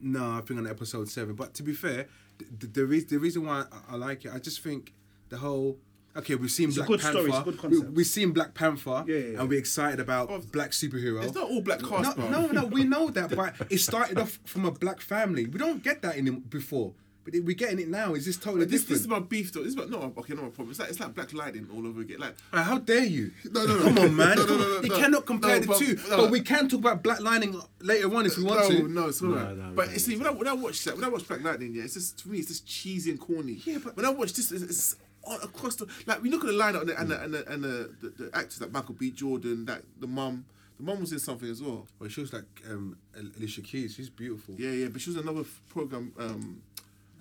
[SPEAKER 5] No, I think on episode seven. But to be fair, the the, re- the reason why I, I like it, I just think the whole. Okay, we've seen
[SPEAKER 2] It's a
[SPEAKER 5] Black
[SPEAKER 2] good
[SPEAKER 5] Panther.
[SPEAKER 2] story, it's a good
[SPEAKER 5] we,
[SPEAKER 2] concept.
[SPEAKER 5] we've seen Black Panther,
[SPEAKER 2] Yeah, yeah, yeah.
[SPEAKER 5] and we're excited about black superhero.
[SPEAKER 3] It's not all black cast,
[SPEAKER 5] no,
[SPEAKER 3] bro.
[SPEAKER 5] no, no, we know that, but it started off from a black family. We don't get that in before, but we're getting it now. It's just totally
[SPEAKER 3] But this,
[SPEAKER 5] different.
[SPEAKER 3] this is my beef though. This is about no okay, not my problem. It's like it's like black lightning all over again. Like
[SPEAKER 5] Ah, how dare you?
[SPEAKER 3] No, no, no.
[SPEAKER 5] Come on, man.
[SPEAKER 3] No, no,
[SPEAKER 5] Come
[SPEAKER 3] no,
[SPEAKER 5] on.
[SPEAKER 3] no,
[SPEAKER 5] you
[SPEAKER 3] no.
[SPEAKER 5] cannot compare
[SPEAKER 3] No,
[SPEAKER 5] the
[SPEAKER 3] but-
[SPEAKER 5] two,
[SPEAKER 3] no.
[SPEAKER 5] but we can talk about black lining later on if we want
[SPEAKER 3] no,
[SPEAKER 5] to.
[SPEAKER 3] no, it's not. right.
[SPEAKER 4] no, we
[SPEAKER 3] but
[SPEAKER 4] don't
[SPEAKER 3] see, when I, when I watch that, when I watch Black Lightning, yeah, it's just to me, it's just cheesy and corny.
[SPEAKER 5] Yeah, but-
[SPEAKER 3] when I watch this, it's, it's all across the like we look at the lineup and the, and the, and the, and the, the, the actors like Michael B. Jordan, that the mum, the mum was in something as well.
[SPEAKER 5] Well, she was like um, Alicia Keys. She's beautiful.
[SPEAKER 3] Yeah, yeah, but she was in another f- program. Um,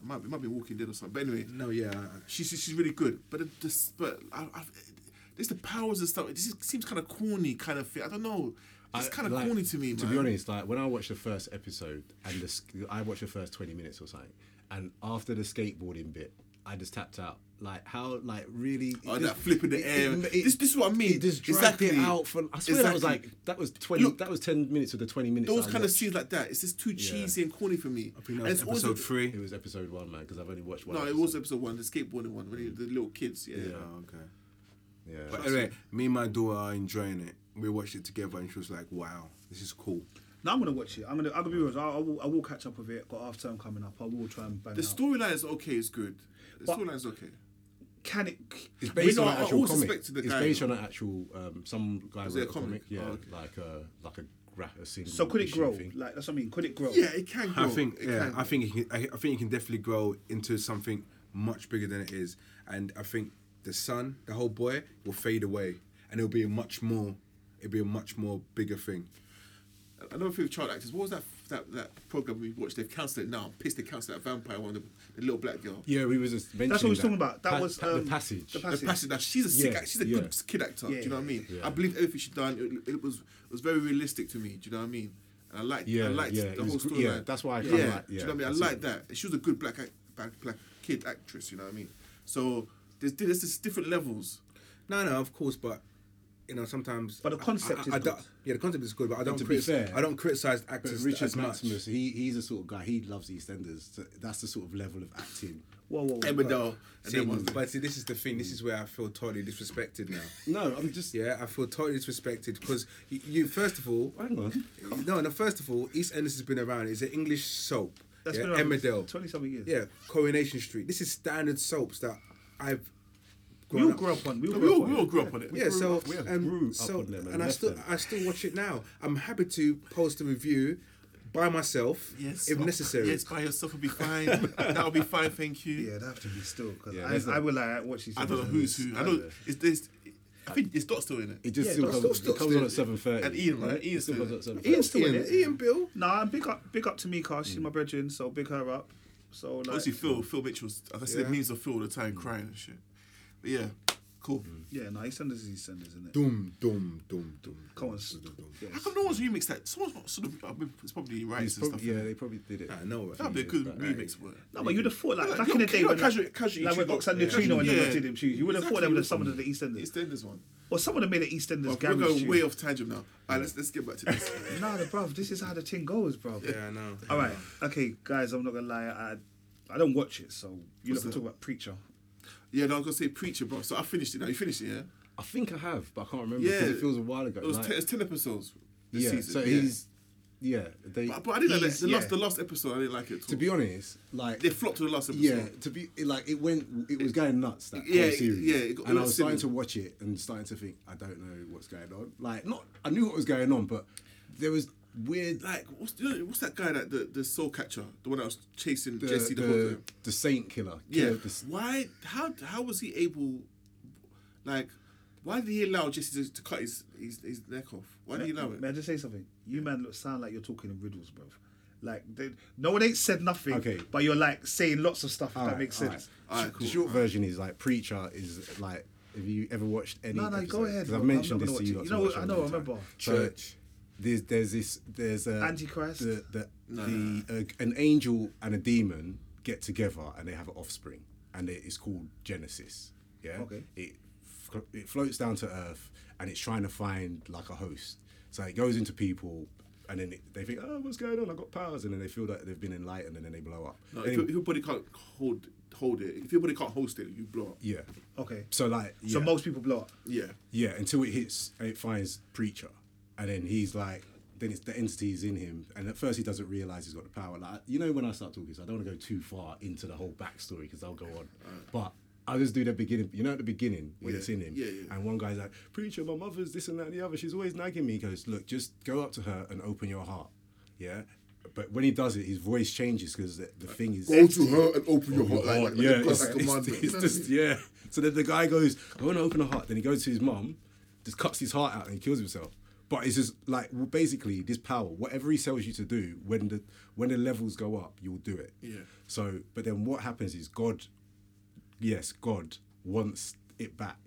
[SPEAKER 3] it might be, it might be Walking Dead or something. But anyway,
[SPEAKER 5] No, yeah. I-
[SPEAKER 3] she's she's really good. But it, this, but I, I, this the powers and stuff. It just seems kind of corny, kind of thing. I don't know. It's
[SPEAKER 4] I-
[SPEAKER 3] kind of
[SPEAKER 4] like,
[SPEAKER 3] corny to me, man.
[SPEAKER 4] To be honest, like when I watched the first episode and the, sk- I watched the first twenty minutes or something, and after the skateboarding bit, I just tapped out. Like how, like really?
[SPEAKER 3] Oh,
[SPEAKER 4] it
[SPEAKER 3] that flip in the air. This- this is what I mean.
[SPEAKER 4] It just dragged
[SPEAKER 3] Exactly.
[SPEAKER 4] it out for. I swear that was
[SPEAKER 3] Exactly.
[SPEAKER 4] like that was twenty.
[SPEAKER 3] Look,
[SPEAKER 4] that was ten minutes of the twenty minutes.
[SPEAKER 3] Those
[SPEAKER 4] I
[SPEAKER 3] kind of
[SPEAKER 4] watched.
[SPEAKER 3] scenes like that, it's just too cheesy and corny for me.
[SPEAKER 5] I think that
[SPEAKER 3] And
[SPEAKER 5] was
[SPEAKER 3] it's always
[SPEAKER 5] episode
[SPEAKER 3] a-
[SPEAKER 5] three.
[SPEAKER 4] It was episode one, man, because I've only watched one.
[SPEAKER 3] No, it
[SPEAKER 4] episode.
[SPEAKER 3] was episode one, the skateboarding one, when he, the little kids. Yeah.
[SPEAKER 5] Oh, okay.
[SPEAKER 4] Yeah.
[SPEAKER 3] uh,
[SPEAKER 5] But anyway, me and my daughter are enjoying it. We watched it together, and she was like, "Wow, this is cool."
[SPEAKER 2] Now I'm gonna watch it. I'm gonna. I'm gonna be honest. I, I, will, I will catch up with it. Got half term coming up. I will try and bang
[SPEAKER 3] The
[SPEAKER 2] out.
[SPEAKER 3] storyline is okay. It's good. The
[SPEAKER 2] But-
[SPEAKER 3] storyline is okay.
[SPEAKER 2] Can it?
[SPEAKER 4] It's based
[SPEAKER 3] know,
[SPEAKER 4] on an
[SPEAKER 3] I
[SPEAKER 4] actual
[SPEAKER 3] always
[SPEAKER 4] comic.
[SPEAKER 3] suspected the
[SPEAKER 4] it's
[SPEAKER 3] guy,
[SPEAKER 4] based
[SPEAKER 3] though.
[SPEAKER 4] on an actual um, some guy
[SPEAKER 3] Was
[SPEAKER 4] wrote
[SPEAKER 3] it
[SPEAKER 4] a
[SPEAKER 3] a comic?
[SPEAKER 4] comic. Yeah,
[SPEAKER 3] Oh, okay.
[SPEAKER 4] like a like a gra- a single.
[SPEAKER 2] So could it
[SPEAKER 4] issue
[SPEAKER 2] grow?
[SPEAKER 4] thing.
[SPEAKER 2] Like that's what I mean. Could it grow?
[SPEAKER 3] Yeah, it can grow.
[SPEAKER 5] I think,
[SPEAKER 3] It
[SPEAKER 5] yeah,
[SPEAKER 3] can
[SPEAKER 5] I
[SPEAKER 3] grow.
[SPEAKER 5] think, it can, I, I think it can definitely grow into something much bigger than it is, and I think the sun, the whole boy, will fade away, and it'll be a much more, it'll be a much more bigger thing.
[SPEAKER 3] Another thing with child actors, what was that that, that program we watched? They've cancelled it now. I'm pissed they cancelled that vampire one, the, the little black girl.
[SPEAKER 4] Yeah, we was just mentioning
[SPEAKER 2] That's what we was
[SPEAKER 4] that.
[SPEAKER 2] talking about. That
[SPEAKER 4] Pa-
[SPEAKER 2] was
[SPEAKER 4] pa-
[SPEAKER 2] um,
[SPEAKER 4] the passage.
[SPEAKER 2] The
[SPEAKER 3] The
[SPEAKER 2] passage.
[SPEAKER 3] passage. Now she's a sick.
[SPEAKER 4] Yeah,
[SPEAKER 3] act- She's a
[SPEAKER 4] yeah.
[SPEAKER 3] good kid actor. do
[SPEAKER 2] Yeah,
[SPEAKER 3] you know what I mean?
[SPEAKER 4] yeah.
[SPEAKER 3] I believe everything she done. It, it was it was very realistic to me. Do you know what I mean? And I liked.
[SPEAKER 4] Yeah,
[SPEAKER 3] I liked
[SPEAKER 4] yeah, it
[SPEAKER 3] the
[SPEAKER 4] was
[SPEAKER 3] whole
[SPEAKER 4] gr-
[SPEAKER 3] storyline.
[SPEAKER 4] yeah, that's why I
[SPEAKER 3] yeah.
[SPEAKER 4] kinda like-
[SPEAKER 3] do you
[SPEAKER 4] yeah,
[SPEAKER 3] know what I mean? I
[SPEAKER 4] that's
[SPEAKER 3] liked that. She was a good black, act, black black kid actress. You know what I mean? So there's there's just different levels.
[SPEAKER 5] No, no, of course, but you know, sometimes.
[SPEAKER 2] But the concept
[SPEAKER 5] I, I,
[SPEAKER 2] is
[SPEAKER 5] I don't-
[SPEAKER 2] good.
[SPEAKER 5] Yeah, the concept is good, but I don't.
[SPEAKER 4] to be
[SPEAKER 5] critic-
[SPEAKER 4] fair,
[SPEAKER 5] I don't criticize
[SPEAKER 4] But
[SPEAKER 5] actors
[SPEAKER 4] Richard
[SPEAKER 5] as much.
[SPEAKER 4] Maximus, he, he's the sort of guy, he loves EastEnders. So that's the sort of level of acting.
[SPEAKER 2] Whoa, whoa, whoa.
[SPEAKER 3] Emmerdale. And
[SPEAKER 5] See,
[SPEAKER 3] then one.
[SPEAKER 5] but see, this is the thing. This is where I feel totally disrespected now.
[SPEAKER 4] No, I'm just.
[SPEAKER 5] Yeah, I feel totally disrespected because you, you first of all,
[SPEAKER 4] Hang on.
[SPEAKER 5] no, no. First of all, EastEnders has been around. It's an English soap.
[SPEAKER 2] That's
[SPEAKER 5] yeah,
[SPEAKER 2] been around
[SPEAKER 5] Emmerdale.
[SPEAKER 2] 20-something years.
[SPEAKER 5] Yeah, Coronation Street. This is standard soaps that I've.
[SPEAKER 2] We
[SPEAKER 5] grown
[SPEAKER 2] all
[SPEAKER 5] up
[SPEAKER 2] grew up on. We all
[SPEAKER 3] we
[SPEAKER 2] grew
[SPEAKER 3] all,
[SPEAKER 2] up
[SPEAKER 3] we
[SPEAKER 2] on.
[SPEAKER 3] all
[SPEAKER 2] it.
[SPEAKER 3] grew up on it.
[SPEAKER 5] yeah, so
[SPEAKER 4] we
[SPEAKER 5] um,
[SPEAKER 4] grew up
[SPEAKER 5] so
[SPEAKER 4] on them and
[SPEAKER 5] and I
[SPEAKER 4] left
[SPEAKER 5] still
[SPEAKER 4] them.
[SPEAKER 5] I still watch it now. I'm happy to post a review by myself
[SPEAKER 3] Yes. oh,
[SPEAKER 5] if necessary.
[SPEAKER 3] Yes, by yourself will be fine. That'll be fine, thank you.
[SPEAKER 2] Yeah, they have to be still because
[SPEAKER 4] Yeah, there's
[SPEAKER 2] I, I will like watch these.
[SPEAKER 3] I don't know who's who. I know it's this I think it's Dot still in it.
[SPEAKER 4] It just
[SPEAKER 5] Yeah,
[SPEAKER 4] still
[SPEAKER 5] but
[SPEAKER 4] comes,
[SPEAKER 5] still- still-
[SPEAKER 4] it comes on at
[SPEAKER 5] still-
[SPEAKER 4] 7.30.
[SPEAKER 3] And Ian, right? Ian
[SPEAKER 4] It still
[SPEAKER 3] still-
[SPEAKER 4] comes on at 7.30.
[SPEAKER 5] Ian's still in
[SPEAKER 2] Ian.
[SPEAKER 5] it. Ian Bill.
[SPEAKER 2] Nah, big up, big up to Mika. She's my brethren, so big her up. So like,
[SPEAKER 3] Obviously Phil, Phil Mitchell's I see
[SPEAKER 5] Yeah.
[SPEAKER 3] the memes of Phil all the
[SPEAKER 4] Mm.
[SPEAKER 3] time crying and shit. But yeah, cool.
[SPEAKER 2] yeah, no, he sends us, he sends us, isn't it?
[SPEAKER 5] Dum dum dum dum.
[SPEAKER 2] Come on,
[SPEAKER 5] dum,
[SPEAKER 2] s-
[SPEAKER 5] dum, dum.
[SPEAKER 2] yeah.
[SPEAKER 3] How come no one's remixed that? Someone's got sort of I mean, it's probably
[SPEAKER 4] It's
[SPEAKER 3] rights and
[SPEAKER 4] probably-
[SPEAKER 3] stuff.
[SPEAKER 4] yeah, they probably did it.
[SPEAKER 5] I know.
[SPEAKER 3] That'd be a good remix for it.
[SPEAKER 2] No, but you'd have thought like
[SPEAKER 3] Yeah,
[SPEAKER 2] back
[SPEAKER 3] you
[SPEAKER 2] in the
[SPEAKER 3] know,
[SPEAKER 2] day
[SPEAKER 3] you know,
[SPEAKER 2] when
[SPEAKER 3] casual-
[SPEAKER 2] like,
[SPEAKER 3] casual
[SPEAKER 2] like when
[SPEAKER 3] YouTube,
[SPEAKER 2] Oxfam
[SPEAKER 3] yeah.
[SPEAKER 2] Neutrino and
[SPEAKER 3] Yeah.
[SPEAKER 2] them did them choose, you would have thought they
[SPEAKER 3] Exactly.
[SPEAKER 2] would have summoned the EastEnders,
[SPEAKER 3] EastEnders one.
[SPEAKER 2] or someone have made the EastEnders
[SPEAKER 3] But we're going
[SPEAKER 2] garage
[SPEAKER 3] way
[SPEAKER 2] tune.
[SPEAKER 3] off tangent now. Alright, let's let's get back to this.
[SPEAKER 2] Nah, the bruv, this is how the thing goes, bruv.
[SPEAKER 5] Yeah, I know.
[SPEAKER 2] All right, okay, guys, I'm not gonna lie, I I don't watch it, so you
[SPEAKER 3] What's
[SPEAKER 2] lot can
[SPEAKER 3] that?
[SPEAKER 2] talk about Preacher.
[SPEAKER 3] yeah, no, I was gonna say preacher, bro. So I finished it now. You finished it, yeah?
[SPEAKER 4] I think I have, but I can't remember
[SPEAKER 3] Yeah.
[SPEAKER 4] because it feels a while ago.
[SPEAKER 3] It was,
[SPEAKER 4] like-
[SPEAKER 3] ten, it was ten episodes. this
[SPEAKER 4] yeah,
[SPEAKER 3] season.
[SPEAKER 4] so
[SPEAKER 3] yeah.
[SPEAKER 4] he's yeah. They,
[SPEAKER 3] But, but I didn't like
[SPEAKER 4] he's-
[SPEAKER 3] the, the
[SPEAKER 2] yeah.
[SPEAKER 3] last the last episode. I didn't like it. At all.
[SPEAKER 4] To be honest, like
[SPEAKER 3] they flopped to the last episode.
[SPEAKER 4] yeah, to be it, like it went, it was going nuts that
[SPEAKER 3] Yeah,
[SPEAKER 4] whole series.
[SPEAKER 3] yeah, it got-
[SPEAKER 4] and
[SPEAKER 3] it
[SPEAKER 4] I
[SPEAKER 3] was
[SPEAKER 4] was starting to
[SPEAKER 3] silly.
[SPEAKER 4] watch it and starting to think, I don't know what's going on. Like, not I knew what was going on, but there was weird
[SPEAKER 3] Like what's you know, what's that guy that the, the soul catcher, the one that was chasing
[SPEAKER 4] the,
[SPEAKER 3] Jesse the,
[SPEAKER 4] the,
[SPEAKER 3] whole time?
[SPEAKER 4] the Saint Killer.
[SPEAKER 3] Yeah.
[SPEAKER 4] killer the,
[SPEAKER 3] Why? How? How was he able? Like, why did he allow Jesse to, to cut his, his his neck off? Why did he allow it?
[SPEAKER 2] May I just say something? You man look sound like you're talking in riddles, bro. Like they, no one ain't said nothing,
[SPEAKER 4] Okay.
[SPEAKER 2] but you're like saying lots of stuff. If that
[SPEAKER 4] Alright,
[SPEAKER 2] makes
[SPEAKER 4] alright.
[SPEAKER 2] sense.
[SPEAKER 3] All right,
[SPEAKER 4] The
[SPEAKER 3] cool.
[SPEAKER 4] short version is like Preacher is like. Have you ever watched any?
[SPEAKER 2] No, no,
[SPEAKER 4] episode?
[SPEAKER 2] go ahead,
[SPEAKER 4] 'Cause
[SPEAKER 2] bro.
[SPEAKER 4] I've
[SPEAKER 2] I'm
[SPEAKER 4] mentioned
[SPEAKER 2] not
[SPEAKER 4] this to
[SPEAKER 2] gonna
[SPEAKER 4] you.
[SPEAKER 2] watch it.
[SPEAKER 4] lots
[SPEAKER 2] You
[SPEAKER 4] of
[SPEAKER 2] know,
[SPEAKER 4] times.
[SPEAKER 2] I know, I remember.
[SPEAKER 4] So,
[SPEAKER 5] Church.
[SPEAKER 4] there's there's this there's a
[SPEAKER 2] Antichrist?
[SPEAKER 4] The, the, the uh, an angel and a demon get together and they have an offspring and it is called Genesis. Yeah.
[SPEAKER 2] Okay.
[SPEAKER 4] It f- it floats down to Earth and it's trying to find like a host. So it goes into people. And then it, they think, oh, what's going on? I've got powers. And then they feel that they've been enlightened and then they blow up.
[SPEAKER 3] No, if,
[SPEAKER 4] Anyway,
[SPEAKER 3] your, if your body can't hold hold it, if your body can't host it, you blow up.
[SPEAKER 4] yeah.
[SPEAKER 2] Okay.
[SPEAKER 4] So, like.
[SPEAKER 2] So
[SPEAKER 4] yeah.
[SPEAKER 2] most people blow up.
[SPEAKER 3] Yeah.
[SPEAKER 4] Yeah, until it hits, it finds Preacher, and then he's like, then it's the entity's in him, and at first he doesn't realize he's got the power. Like you know, when I start talking, so I don't want to go too far into the whole backstory because I'll go on, but. I just do the beginning, you know, at the beginning when it's in him,
[SPEAKER 3] yeah, yeah.
[SPEAKER 4] and one guy's like, "Preacher, my mother's this and that and the other. She's always nagging me." He goes, "Look, just go up to her and open your heart, yeah." But when he does it, his voice changes because the, the thing is
[SPEAKER 1] Go to her and open your heart. Like, like,
[SPEAKER 4] Oh yeah,
[SPEAKER 1] like,
[SPEAKER 4] it's,
[SPEAKER 1] like a
[SPEAKER 4] it's-
[SPEAKER 1] man.
[SPEAKER 4] it's just yeah. So then the guy goes, "I want to open a heart." Then he goes to his mum, just cuts his heart out and he kills himself. But it's just like well, basically this power, whatever he tells you to do, when the when the levels go up, you'll do it.
[SPEAKER 3] Yeah.
[SPEAKER 4] So, but then what happens is God, yes, God wants it back.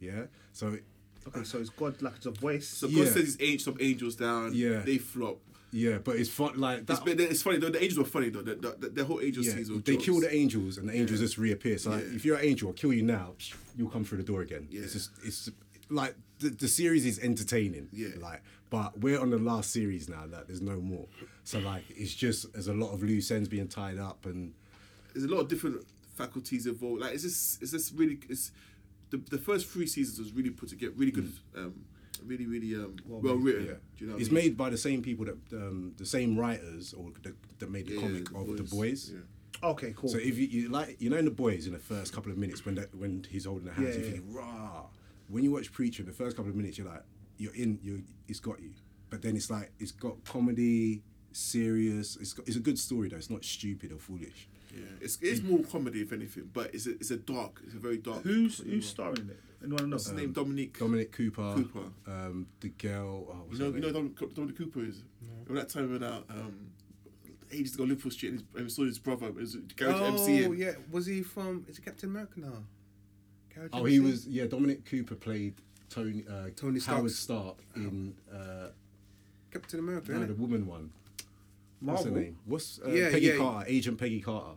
[SPEAKER 4] Yeah. So,
[SPEAKER 2] Okay. So it's God like it's a voice.
[SPEAKER 3] So God
[SPEAKER 4] Yeah.
[SPEAKER 3] sends his angel, some angels down.
[SPEAKER 4] Yeah.
[SPEAKER 3] They flop.
[SPEAKER 4] yeah, but it's fun like
[SPEAKER 3] It's,
[SPEAKER 4] that.
[SPEAKER 3] but it's funny though. The angels were funny though. The, the, the, the whole angel
[SPEAKER 4] yeah,
[SPEAKER 3] season.
[SPEAKER 4] they kill the angels and the angels just reappear. So like,
[SPEAKER 3] Yeah.
[SPEAKER 4] if you're an angel, I'll kill you now. You'll come through the door again.
[SPEAKER 3] Yeah.
[SPEAKER 4] It's just it's like the, the series is entertaining.
[SPEAKER 3] Yeah.
[SPEAKER 4] Like, but we're on the last series now. That there's no more. So like, it's just there's a lot of loose ends being tied up and
[SPEAKER 3] there's a lot of different faculties involved. Like it's just it's just really it's the, the first three seasons was really put together, really good, um, really really um, well, written.
[SPEAKER 4] yeah.
[SPEAKER 3] Do you know? what I
[SPEAKER 4] it's
[SPEAKER 3] mean?
[SPEAKER 4] made by the same people that um, the same writers or the, that made the
[SPEAKER 3] Yeah,
[SPEAKER 4] comic of the boys.
[SPEAKER 3] Yeah.
[SPEAKER 2] okay. Cool.
[SPEAKER 4] So if you, you like, you know, in the boys, in the first couple of minutes when that, when he's holding the hands,
[SPEAKER 2] Yeah,
[SPEAKER 4] you
[SPEAKER 2] yeah.
[SPEAKER 4] think rah. When you watch Preacher, the first couple of minutes, you're like, you're in, you it's got you. But then it's like it's got comedy, serious. It's got, it's a good story though. It's not stupid or foolish.
[SPEAKER 3] Yeah. It's, it's more comedy if anything, but it's a, it's a dark, it's a very dark.
[SPEAKER 2] who's who's
[SPEAKER 5] Um,
[SPEAKER 2] starring it? Anyone know?
[SPEAKER 3] What's his name? Dominique.
[SPEAKER 4] Dominic Cooper,
[SPEAKER 3] Cooper.
[SPEAKER 4] Um, the girl. Oh, what's
[SPEAKER 3] You know,
[SPEAKER 4] her
[SPEAKER 3] you know
[SPEAKER 4] name?
[SPEAKER 3] Dom, Dominic Cooper is. Remember that time when uh, um, ages ago Liverpool Street and, his, and we saw his brother, his garage MC.
[SPEAKER 5] Oh
[SPEAKER 3] And,
[SPEAKER 5] yeah, was he from? Is it Captain America now? Garage
[SPEAKER 4] oh, he
[SPEAKER 5] MC?
[SPEAKER 4] was yeah. Dominic Cooper played Tony uh,
[SPEAKER 5] Tony
[SPEAKER 4] Howard Stark in uh,
[SPEAKER 5] Captain America.
[SPEAKER 4] no,
[SPEAKER 5] innit?
[SPEAKER 4] the woman one. What's her
[SPEAKER 2] Marvel?
[SPEAKER 4] name? What's uh,
[SPEAKER 5] Yeah,
[SPEAKER 4] Peggy
[SPEAKER 5] yeah.
[SPEAKER 4] Carter? Agent Peggy Carter.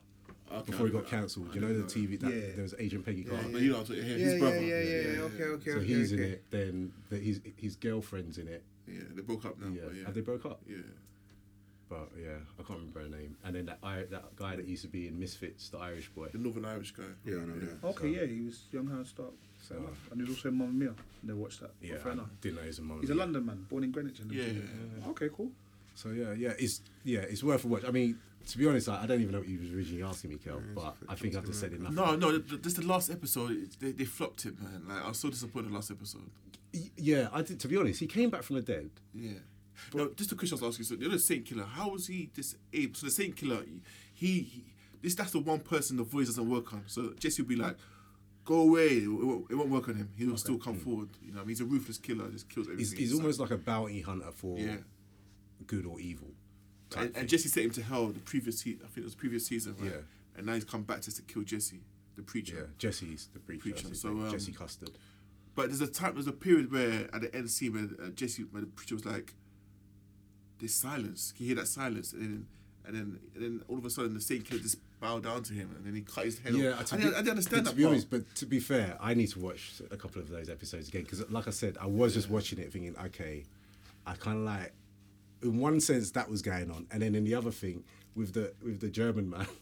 [SPEAKER 3] Okay,
[SPEAKER 4] before he
[SPEAKER 3] I-
[SPEAKER 4] got cancelled. You know the TV that
[SPEAKER 2] Yeah.
[SPEAKER 4] there was Agent Peggy Carter.
[SPEAKER 3] But you know, what I'm talking- yeah, his
[SPEAKER 5] yeah,
[SPEAKER 3] brother.
[SPEAKER 5] Yeah, yeah, yeah, yeah. Okay, okay,
[SPEAKER 4] So
[SPEAKER 5] okay.
[SPEAKER 4] he's
[SPEAKER 5] okay.
[SPEAKER 4] in it. Then the, his his girlfriend's in it.
[SPEAKER 3] Yeah, they broke up now.
[SPEAKER 4] Yeah.
[SPEAKER 3] but Oh, yeah.
[SPEAKER 4] Have they broke up?
[SPEAKER 3] yeah.
[SPEAKER 4] But yeah, I can't remember her name. And then that I, that guy that used to be in Misfits, the Irish boy.
[SPEAKER 3] The Northern Irish guy.
[SPEAKER 5] Yeah, I know that.
[SPEAKER 2] Okay. Yeah. He was young Howard Stark.
[SPEAKER 4] So,
[SPEAKER 2] Fair enough. and he was also in Mamma Mia. Never watched that.
[SPEAKER 4] Yeah,
[SPEAKER 2] Fair
[SPEAKER 4] I
[SPEAKER 2] enough.
[SPEAKER 4] didn't know he was a mum.
[SPEAKER 2] He's a London man, born in Greenwich. And
[SPEAKER 3] Yeah.
[SPEAKER 2] Okay. Cool.
[SPEAKER 4] So yeah, yeah, it's yeah, it's worth a watch. I mean, to be honest, I, I don't even know what you was originally asking me, Kel, but I think I've just said enough.
[SPEAKER 3] No, no, th- th- this the last episode. it- They, they flopped it, man. Like I was so disappointed the last episode.
[SPEAKER 4] Y- Yeah, I did. To be honest, he came back from the dead.
[SPEAKER 3] Yeah. no, just a question I was asking. So the other Saint Killer, how was he this able? So the Saint Killer, he, he this that's the one person the voice doesn't work on. So Jesse would be like, "Go away." It won't, it won't work on him. He will still come forward. You know, what I mean, he's a ruthless killer. Just kills everything.
[SPEAKER 4] Hmm. He's, he's
[SPEAKER 3] It's
[SPEAKER 4] almost like a bounty hunter for
[SPEAKER 3] Yeah.
[SPEAKER 4] good or evil.
[SPEAKER 3] like- and, and Jesse sent him to hell the previous. Se- I think it was the previous season. Right?
[SPEAKER 4] Yeah.
[SPEAKER 3] And now he's come back just to kill Jesse, the preacher.
[SPEAKER 4] Yeah, Jesse's the preacher.
[SPEAKER 3] Preacher,
[SPEAKER 4] that's his
[SPEAKER 3] so,
[SPEAKER 4] name,
[SPEAKER 3] um,
[SPEAKER 4] Jesse Custard.
[SPEAKER 3] But there's a time, there's a period where at the end scene where uh, Jesse, where the preacher was like, "There's silence." Can you hear that silence? And then, and then, and then all of a sudden, the saint killer just bowed down to him, and then he cut his head
[SPEAKER 4] Yeah,
[SPEAKER 3] off.
[SPEAKER 4] to
[SPEAKER 3] I,
[SPEAKER 4] be-
[SPEAKER 3] didn't, I didn't understand that
[SPEAKER 4] but To be
[SPEAKER 3] part.
[SPEAKER 4] honest, but to be fair, I need to watch a couple of those episodes again because, like I said, I was just watching it thinking, okay, I kind of like, in one sense, that was going on, and then in the other thing with the with the German man,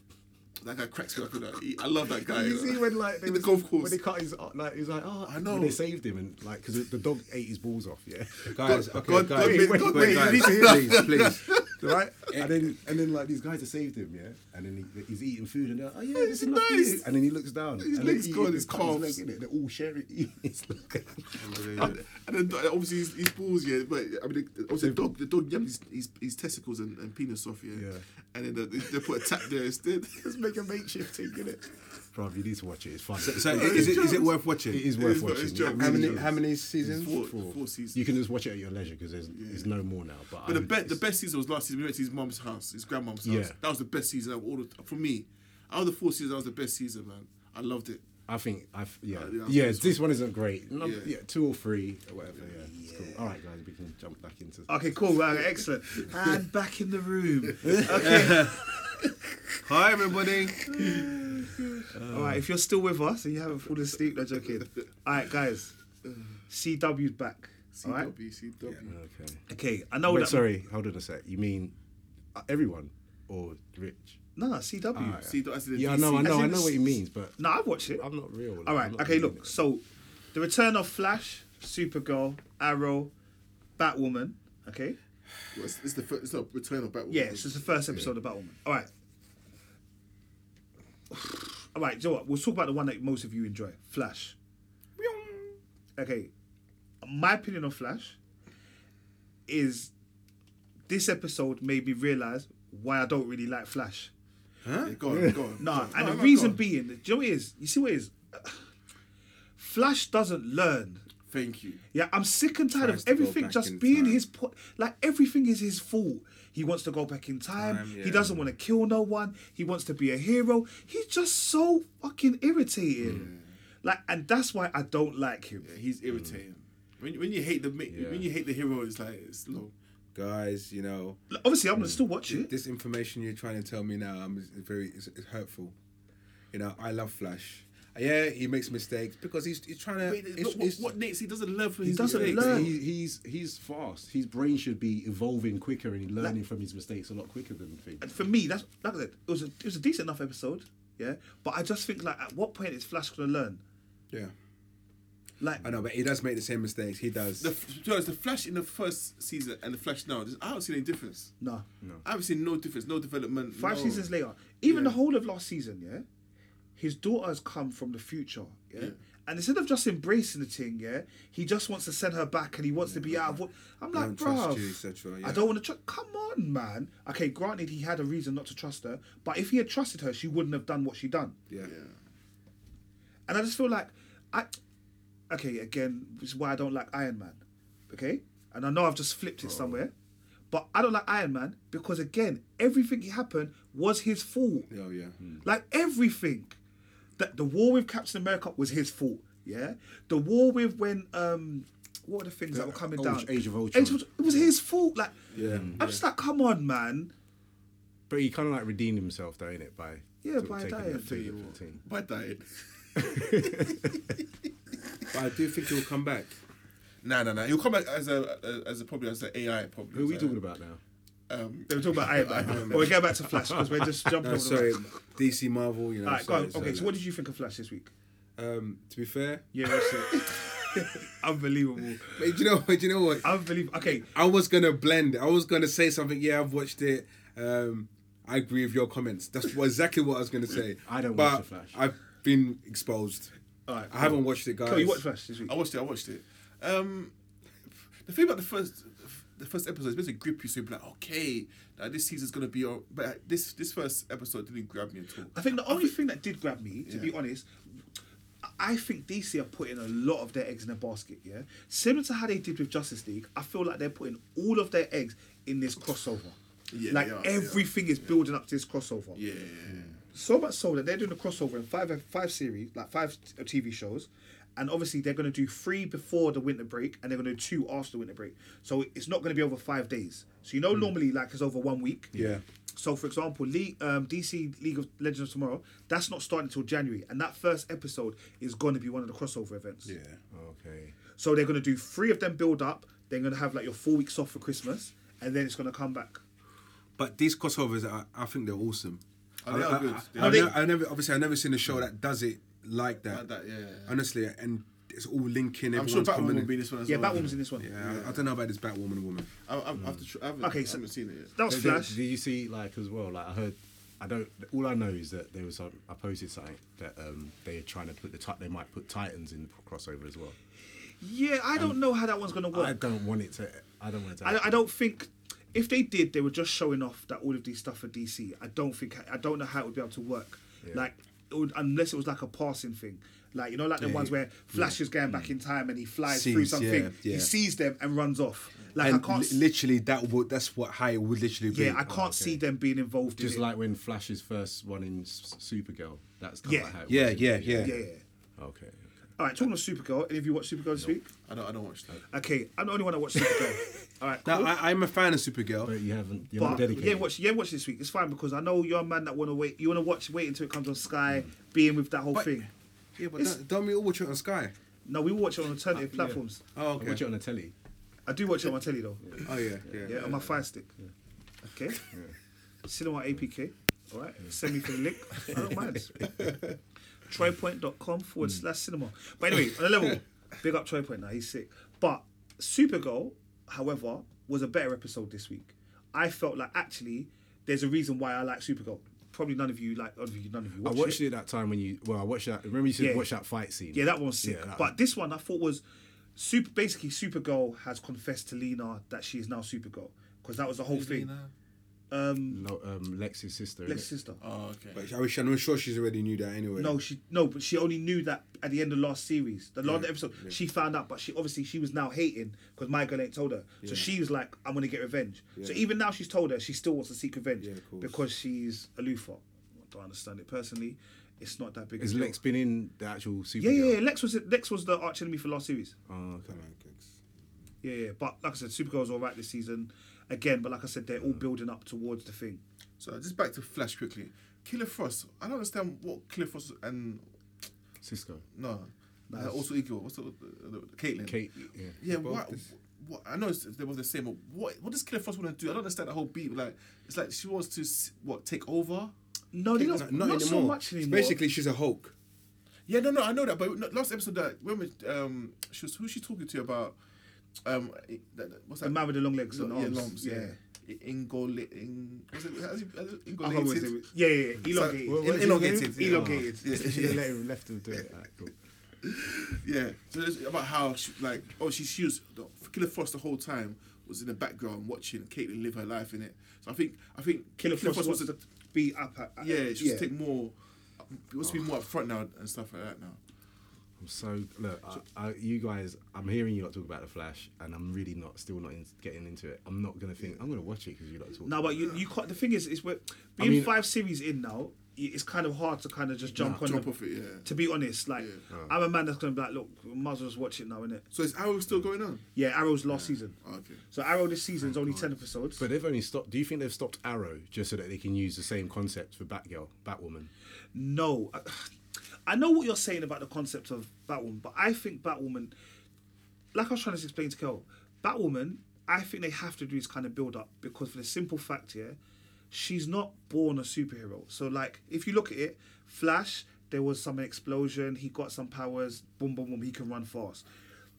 [SPEAKER 3] That guy cracks me up. with that. He- I love that guy.
[SPEAKER 4] You
[SPEAKER 3] you know.
[SPEAKER 4] see when like they
[SPEAKER 3] in the
[SPEAKER 4] just-
[SPEAKER 3] golf course.
[SPEAKER 4] when they cut his like he's like oh
[SPEAKER 3] I know.
[SPEAKER 4] when they saved him and like because the dog ate his balls off yeah
[SPEAKER 5] Guys, okay,
[SPEAKER 3] God-
[SPEAKER 5] guys,
[SPEAKER 3] God-
[SPEAKER 5] wait,
[SPEAKER 3] God-
[SPEAKER 5] wait,
[SPEAKER 3] wait,
[SPEAKER 5] guys,
[SPEAKER 4] you need to hear
[SPEAKER 5] please, please.
[SPEAKER 4] right and then and then like these guys have saved him yeah and then he, he's eating food and they're like oh yeah this is enough for
[SPEAKER 3] nice.
[SPEAKER 4] you. and then he looks down his and
[SPEAKER 3] leg's
[SPEAKER 4] then he-
[SPEAKER 3] gone,
[SPEAKER 4] he
[SPEAKER 3] his
[SPEAKER 4] cut leg,
[SPEAKER 3] calves.
[SPEAKER 4] innit? they're all sharing It's like-
[SPEAKER 3] and, and then obviously his, his balls, yeah. But I mean, the- obviously the dog, the dog yams his, his, his testicles and, and penis off, yeah.
[SPEAKER 4] Yeah.
[SPEAKER 3] And then the, they put a tap there instead. Let's make a makeshift thing, innit?
[SPEAKER 4] Bruv, you need to watch it. It's funny.
[SPEAKER 5] So is it, is it worth watching?
[SPEAKER 4] it is
[SPEAKER 3] it
[SPEAKER 4] worth
[SPEAKER 3] is-
[SPEAKER 4] watching.
[SPEAKER 3] it's
[SPEAKER 4] It
[SPEAKER 3] jokes.
[SPEAKER 5] How
[SPEAKER 4] really
[SPEAKER 5] many?
[SPEAKER 4] is.
[SPEAKER 5] How many seasons?
[SPEAKER 3] Four,
[SPEAKER 4] Four.
[SPEAKER 3] four. seasons.
[SPEAKER 4] You can just watch it at your leisure because there's, there's no more now. But,
[SPEAKER 3] But the,
[SPEAKER 4] I would-
[SPEAKER 3] be- the
[SPEAKER 4] it's-
[SPEAKER 3] best season was last season. We went to his mum's house, his grandmum's house.
[SPEAKER 4] Oh, Yeah.
[SPEAKER 3] That was the best season of all the, for me. Out of the four seasons, that was the best season, man. I loved it.
[SPEAKER 4] I think I've yeah
[SPEAKER 3] Uh, yeah,
[SPEAKER 4] yeah.
[SPEAKER 3] this
[SPEAKER 4] This, one isn't great. Num-
[SPEAKER 3] Yeah.
[SPEAKER 4] yeah. two or three or whatever. Yeah, it's cool. All right, guys, we can jump back into.
[SPEAKER 2] Okay, cool. Right, excellent. And back in the room. Okay.
[SPEAKER 5] Hi everybody.
[SPEAKER 2] All right, if you're still with us and you haven't fallen asleep, no joking. All right, guys. CW's back. All right.
[SPEAKER 3] CW, CW.
[SPEAKER 4] Okay.
[SPEAKER 2] Okay, I know
[SPEAKER 4] Wait,
[SPEAKER 2] that.
[SPEAKER 4] sorry. Hold on a sec. You mean uh, everyone or Rich?
[SPEAKER 2] No, no, CW.
[SPEAKER 3] CW. as in the
[SPEAKER 4] Yeah, I know, I
[SPEAKER 3] DC.
[SPEAKER 4] know,
[SPEAKER 3] As
[SPEAKER 4] I
[SPEAKER 3] in
[SPEAKER 4] know what you mean, but
[SPEAKER 2] No, I've watched it.
[SPEAKER 4] I'm not real. like,
[SPEAKER 2] All right.
[SPEAKER 4] I'm not
[SPEAKER 2] Okay.
[SPEAKER 4] real.
[SPEAKER 2] Look. So, the return of Flash, Supergirl, Arrow, Batwoman. Okay.
[SPEAKER 3] Well, It's, it's the fir- it's not Return of Batwoman.
[SPEAKER 2] Yeah. So it's the first episode of Batwoman. All right. All right. So what? We'll talk about the one that most of you enjoy, Flash. Okay. My opinion on Flash is this episode made me realize why I don't really like Flash.
[SPEAKER 3] Yeah, go on, go on.
[SPEAKER 2] Nah,
[SPEAKER 3] Go on.
[SPEAKER 2] and
[SPEAKER 3] No,
[SPEAKER 2] the
[SPEAKER 3] no,
[SPEAKER 2] reason
[SPEAKER 3] go on.
[SPEAKER 2] being, do you know what it is? You see what it is? Flash doesn't learn.
[SPEAKER 3] Thank you.
[SPEAKER 2] Yeah, I'm sick and tired
[SPEAKER 5] Tries
[SPEAKER 2] of
[SPEAKER 5] to go
[SPEAKER 2] everything
[SPEAKER 5] back
[SPEAKER 2] just
[SPEAKER 5] in
[SPEAKER 2] being
[SPEAKER 5] time.
[SPEAKER 2] his po- like everything is his fault. He wants to go back in time.
[SPEAKER 5] Time, yeah.
[SPEAKER 2] He doesn't want to kill no one. He wants to be a hero. He's just so fucking irritating. Like, and that's why I don't like him.
[SPEAKER 3] Yeah,
[SPEAKER 4] Mm.
[SPEAKER 3] he's irritating. When, when you hate the ma- when you hate the hero, it's like it's low.
[SPEAKER 5] Guys, you know
[SPEAKER 2] Like, obviously, I'm gonna still watch it.
[SPEAKER 5] this information you're trying to tell me now um, is very is, is hurtful. You know, I love Flash. Yeah, he makes mistakes because he's, he's trying to.
[SPEAKER 3] Wait,
[SPEAKER 5] it's-
[SPEAKER 3] look, what,
[SPEAKER 5] it's-
[SPEAKER 3] what next? He doesn't learn from his
[SPEAKER 2] doesn't
[SPEAKER 3] mistakes.
[SPEAKER 2] learn.
[SPEAKER 4] He, he's he's fast. His brain should be evolving quicker and learning from his mistakes a lot quicker than things.
[SPEAKER 2] And for me, that's like I said, it was a it was a decent enough episode. Yeah, but I just think like, at what point is Flash gonna learn?
[SPEAKER 5] Yeah,
[SPEAKER 2] Like,
[SPEAKER 5] I know, but he does make the same mistakes. He does.
[SPEAKER 3] The, to be honest, the Flash in the first season and the Flash now, there's- I haven't seen any difference.
[SPEAKER 2] no.
[SPEAKER 3] I haven't seen no difference, no development.
[SPEAKER 2] Five
[SPEAKER 3] no.
[SPEAKER 2] seasons later, even
[SPEAKER 3] Yeah.
[SPEAKER 2] the whole of last season, yeah, his daughter has come from the future, yeah? and instead of just embracing the thing, yeah, he just wants to send her back and he wants to be out of. What, I'm like,
[SPEAKER 5] don't trust
[SPEAKER 2] bruv,
[SPEAKER 5] you, et cetera,
[SPEAKER 2] I
[SPEAKER 5] yeah."
[SPEAKER 2] don't want to trust. Come on, man. Okay, granted, he had a reason not to trust her, but if he had trusted her, she wouldn't have done what she done.
[SPEAKER 5] yeah.
[SPEAKER 2] And I just feel like I okay, again, which is why I don't like Iron Man. Okay? And I know I've just flipped it somewhere. But I don't like Iron Man because again, everything that happened was his fault.
[SPEAKER 5] Oh yeah.
[SPEAKER 2] Like everything. That the war with Captain America was his fault. Yeah? The war with when um what are the things that
[SPEAKER 5] Uh,
[SPEAKER 2] were coming
[SPEAKER 4] Ult-
[SPEAKER 2] down?
[SPEAKER 4] Age of Ultron.
[SPEAKER 2] it was his fault. Like I'm just like, come on, man.
[SPEAKER 4] But he kind of like redeemed himself, though, innit? By
[SPEAKER 2] Yeah,
[SPEAKER 4] sort of
[SPEAKER 2] by
[SPEAKER 4] taking
[SPEAKER 2] dying.
[SPEAKER 4] the fate of the team.
[SPEAKER 3] By dying.
[SPEAKER 5] But I do think he'll come back.
[SPEAKER 3] Nah, nah, nah. He'll come back as a as a probably as an AI probably.
[SPEAKER 4] Who are we
[SPEAKER 3] as a-
[SPEAKER 4] talking about now?
[SPEAKER 3] Um,
[SPEAKER 2] They were talking about Iron Man. or we go back to Flash because we're just jumping
[SPEAKER 5] No,
[SPEAKER 2] over
[SPEAKER 5] sorry,
[SPEAKER 2] the
[SPEAKER 5] DC Marvel. You know.
[SPEAKER 2] All right, go
[SPEAKER 5] sorry,
[SPEAKER 2] on. Okay,
[SPEAKER 5] sorry.
[SPEAKER 2] so what did you think of Flash this week?
[SPEAKER 5] Um, to be fair,
[SPEAKER 2] Yeah, that's it. Unbelievable.
[SPEAKER 5] Wait, do you know? Do you know what?
[SPEAKER 2] Unbelievable. Okay,
[SPEAKER 5] I was gonna blend. I was gonna say something. Yeah, I've watched it. Um, I agree with your comments. That's what, exactly what I was gonna say.
[SPEAKER 4] I don't
[SPEAKER 5] but
[SPEAKER 4] watch The Flash.
[SPEAKER 5] I've been exposed.
[SPEAKER 2] Alright,
[SPEAKER 5] I haven't watched it, guys.
[SPEAKER 2] Cole, you watched Flash this week.
[SPEAKER 3] I watched it. I watched it. Um, the thing about the first, the first episode is basically grip you. So you're like, okay, now this season's gonna be. all- But this this first episode didn't grab me at all.
[SPEAKER 2] I think the only thing that did grab me, to be honest, I think DC are putting a lot of their eggs in their basket. Yeah, similar to how they did with Justice League, I feel like they're putting all of their eggs in this crossover.
[SPEAKER 3] Yeah,
[SPEAKER 2] like
[SPEAKER 3] they are, they are.
[SPEAKER 2] everything is building up to this crossover.
[SPEAKER 3] Yeah,
[SPEAKER 2] so much so that they're doing a crossover in five five series, like five t- TV shows, and obviously they're going to do three before the winter break, and they're going to do two after the winter break. So it's not going to be over five days. So you know, normally like it's over one week.
[SPEAKER 5] Yeah.
[SPEAKER 2] So for example, League, um, DC League of Legends of Tomorrow, that's not starting until January, and that first episode is going to be one of the crossover events.
[SPEAKER 5] Yeah.
[SPEAKER 4] Okay.
[SPEAKER 2] So they're going to do three of them build up. They're going to have like your four weeks off for Christmas, and then it's going to come back.
[SPEAKER 5] But these crossovers, I, I think they're awesome.
[SPEAKER 3] Oh, they
[SPEAKER 5] I-
[SPEAKER 3] are
[SPEAKER 5] I-
[SPEAKER 3] good. They
[SPEAKER 5] I,
[SPEAKER 3] are
[SPEAKER 5] I,
[SPEAKER 3] good.
[SPEAKER 5] never, I never, obviously, I've never seen a show that does it like that.
[SPEAKER 3] Like that, yeah, yeah, yeah.
[SPEAKER 5] Honestly, and it's all linking.
[SPEAKER 3] I'm sure
[SPEAKER 5] Everyone's
[SPEAKER 3] Batwoman will
[SPEAKER 5] commenting.
[SPEAKER 3] be this one as
[SPEAKER 2] Yeah,
[SPEAKER 3] well.
[SPEAKER 2] Batwoman's in this one.
[SPEAKER 5] Yeah, I, I don't know about this Batwoman woman.
[SPEAKER 3] I, I, I have to. Tr- I haven't,
[SPEAKER 2] Okay,
[SPEAKER 3] I
[SPEAKER 2] so-
[SPEAKER 3] haven't seen it yet.
[SPEAKER 2] That was
[SPEAKER 4] Did-
[SPEAKER 2] Flash.
[SPEAKER 4] Did, did you see like as well? Like I heard, I don't. All I know is that there was some. I posted something that um, they're trying to put the. Ti- They might put Titans in the crossover as well.
[SPEAKER 2] Yeah, I don't know how that one's gonna
[SPEAKER 4] I
[SPEAKER 2] work.
[SPEAKER 4] don't want it to. I don't want it to.
[SPEAKER 2] I, I
[SPEAKER 4] happen.
[SPEAKER 2] don't think if they did, they were just showing off that all of these stuff for DC. I don't think I don't know how it would be able to work. Like it would, unless it was like a passing thing. Like you know, like the ones where Flash is going back in time and he flies through
[SPEAKER 5] Mm. Sees, yeah,
[SPEAKER 2] something,
[SPEAKER 5] yeah.
[SPEAKER 2] he sees them and runs off. Like
[SPEAKER 5] and
[SPEAKER 2] I can't,
[SPEAKER 5] li- literally, Oh, that would that's what how it would literally be.
[SPEAKER 2] yeah, I can't see them being involved.
[SPEAKER 4] Just
[SPEAKER 2] in it.
[SPEAKER 4] like when Flash's first one in S- Supergirl. That's kind
[SPEAKER 2] Yeah.
[SPEAKER 4] of like how it
[SPEAKER 5] Yeah,
[SPEAKER 4] was in-
[SPEAKER 5] yeah, yeah.
[SPEAKER 2] yeah, yeah.
[SPEAKER 4] Okay. okay.
[SPEAKER 2] All right, talking of Supergirl. Any of you watch Supergirl this week?
[SPEAKER 3] I don't. I don't watch that.
[SPEAKER 2] Okay, I'm the only one that watched Supergirl. All right, cool.
[SPEAKER 5] Now, I, I'm a fan of Supergirl.
[SPEAKER 4] But you haven't. You're not
[SPEAKER 2] But
[SPEAKER 4] dedicated.
[SPEAKER 2] yeah, watch yeah, watch this week. It's fine because I know you're a man that want to wait. You want to watch, wait until it comes on Sky,
[SPEAKER 4] Mm.
[SPEAKER 2] being with that whole
[SPEAKER 5] But-
[SPEAKER 2] thing.
[SPEAKER 5] yeah, but
[SPEAKER 2] It's-
[SPEAKER 5] don't, don't we all watch it on Sky?
[SPEAKER 2] No, we watch it on alternative platforms.
[SPEAKER 5] Oh,
[SPEAKER 4] I watch it on the telly.
[SPEAKER 2] I do watch it on my telly though.
[SPEAKER 5] Oh yeah, yeah.
[SPEAKER 2] Yeah, on my Fire Stick. Okay. Cinema APK. All right. Send me for the link. I don't mind. Troypoint.com forward
[SPEAKER 4] Hmm.
[SPEAKER 2] slash cinema. But anyway, on a level, big up Troypoint now. He's sick. But Supergirl, however, was a better episode this week. I felt like actually there's a reason why I like Supergirl. Probably none of you like none of you, none of you
[SPEAKER 4] I
[SPEAKER 2] watch
[SPEAKER 4] watched
[SPEAKER 2] it.
[SPEAKER 4] it. that time when you. Well, I watched that. Remember you said
[SPEAKER 2] Yeah.
[SPEAKER 4] watch that fight scene.
[SPEAKER 2] Yeah, that one was sick.
[SPEAKER 4] Yeah, that-
[SPEAKER 2] but this one I thought was super. Basically, Supergirl has confessed to Lena that she is now Supergirl because that was the whole thing.
[SPEAKER 4] Lo- um, Lex's sister.
[SPEAKER 2] Lex's
[SPEAKER 4] innit?
[SPEAKER 2] sister.
[SPEAKER 3] Oh, okay.
[SPEAKER 5] But I wish, I'm sure she's already knew that anyway. Oh,
[SPEAKER 2] No, she no, but she only knew that at the end of last series, the last episode, she found out. But she obviously she was now hating because my girl ain't told her. So she was like, "I'm gonna get revenge." So even now she's told her she still wants to seek revenge
[SPEAKER 5] of course.
[SPEAKER 2] because she's a loofah. I don't understand it personally. It's not that big. a
[SPEAKER 4] Has
[SPEAKER 2] deal.
[SPEAKER 4] Lex been in the actual Supergirl?
[SPEAKER 2] Yeah, yeah, yeah. Lex was Lex was the arch enemy for last series.
[SPEAKER 4] Oh, okay.
[SPEAKER 2] Yeah, yeah. But like I said, Supergirl's all right this season again. But like I said, they're all building up towards the thing.
[SPEAKER 3] So just back to Flash quickly. Killer Frost. I don't understand what Killer Frost and
[SPEAKER 4] Cisco.
[SPEAKER 3] no, uh, also equal. What's the, the, the Caitlyn?
[SPEAKER 4] Kate. Yeah.
[SPEAKER 3] Yeah. What, what? I know it's, they were the same, but what? What does Killer Frost want to do? I don't understand the whole beat. Like it's like she wants to s- what take over.
[SPEAKER 2] No, they're not,
[SPEAKER 5] not,
[SPEAKER 2] not,
[SPEAKER 5] anymore.
[SPEAKER 2] so much
[SPEAKER 5] It's
[SPEAKER 2] anymore.
[SPEAKER 5] Basically, she's a Hulk.
[SPEAKER 3] Yeah, no, no, I know that. But no- last episode, that women, um, she was who was she talking to about, um, i- that, that- what's that?
[SPEAKER 2] the man with the long legs
[SPEAKER 3] Lo-
[SPEAKER 2] and
[SPEAKER 3] yeah,
[SPEAKER 2] arms.
[SPEAKER 3] lumps, yeah.
[SPEAKER 2] yeah.
[SPEAKER 3] I- Ingoli, ing, was it, how's it, how's it,
[SPEAKER 2] I can't
[SPEAKER 3] ingolated?
[SPEAKER 2] remember his name. yeah, yeah, yeah. Elongated.
[SPEAKER 3] Well,
[SPEAKER 2] In-
[SPEAKER 3] well,
[SPEAKER 2] elongated.
[SPEAKER 3] yeah.
[SPEAKER 2] Elongated.
[SPEAKER 4] yeah. Let him left him do it. Alright, cool.
[SPEAKER 3] Yeah, so it's about how she, like oh she, she was the Killer Frost the whole time was in the background watching Caitlyn live her life in it. So I think I think
[SPEAKER 2] Killer Frost wants to be up at. at-
[SPEAKER 3] yeah she wants to take more it wants to be more up front now and stuff like that now.
[SPEAKER 4] I'm so look, I, I, you guys. I'm hearing you lot talk about the Flash, and I'm really not, still not in, getting into it. I'm not gonna think. I'm gonna watch it because you lot talk.
[SPEAKER 2] No, but you, you can't. The thing is, is we're being
[SPEAKER 4] mean-
[SPEAKER 2] five series in now. y- It's kind of hard to kind of just jump on.
[SPEAKER 3] Jump
[SPEAKER 2] the-
[SPEAKER 3] off it, yeah.
[SPEAKER 2] To be honest, like I'm a man that's gonna be like, look, we might as well just watch it now, innit?
[SPEAKER 3] So is Arrow still going on?
[SPEAKER 2] Yeah, Arrow's last season.
[SPEAKER 3] Okay. Oh,
[SPEAKER 2] So Arrow this season is only ten episodes.
[SPEAKER 4] But they've only stopped. Do you think they've stopped Arrow just so that they can use the same concept for Batgirl, Batwoman?
[SPEAKER 2] No, I, I know what you're saying about the concept of Batwoman, but I think Batwoman, like I was trying to explain to Kel, Batwoman, I think they have to do this kind of build up because for the simple fact here, she's not born a superhero. So like, if you look at it, Flash, there was some explosion, he got some powers, boom, boom, boom, he can run fast.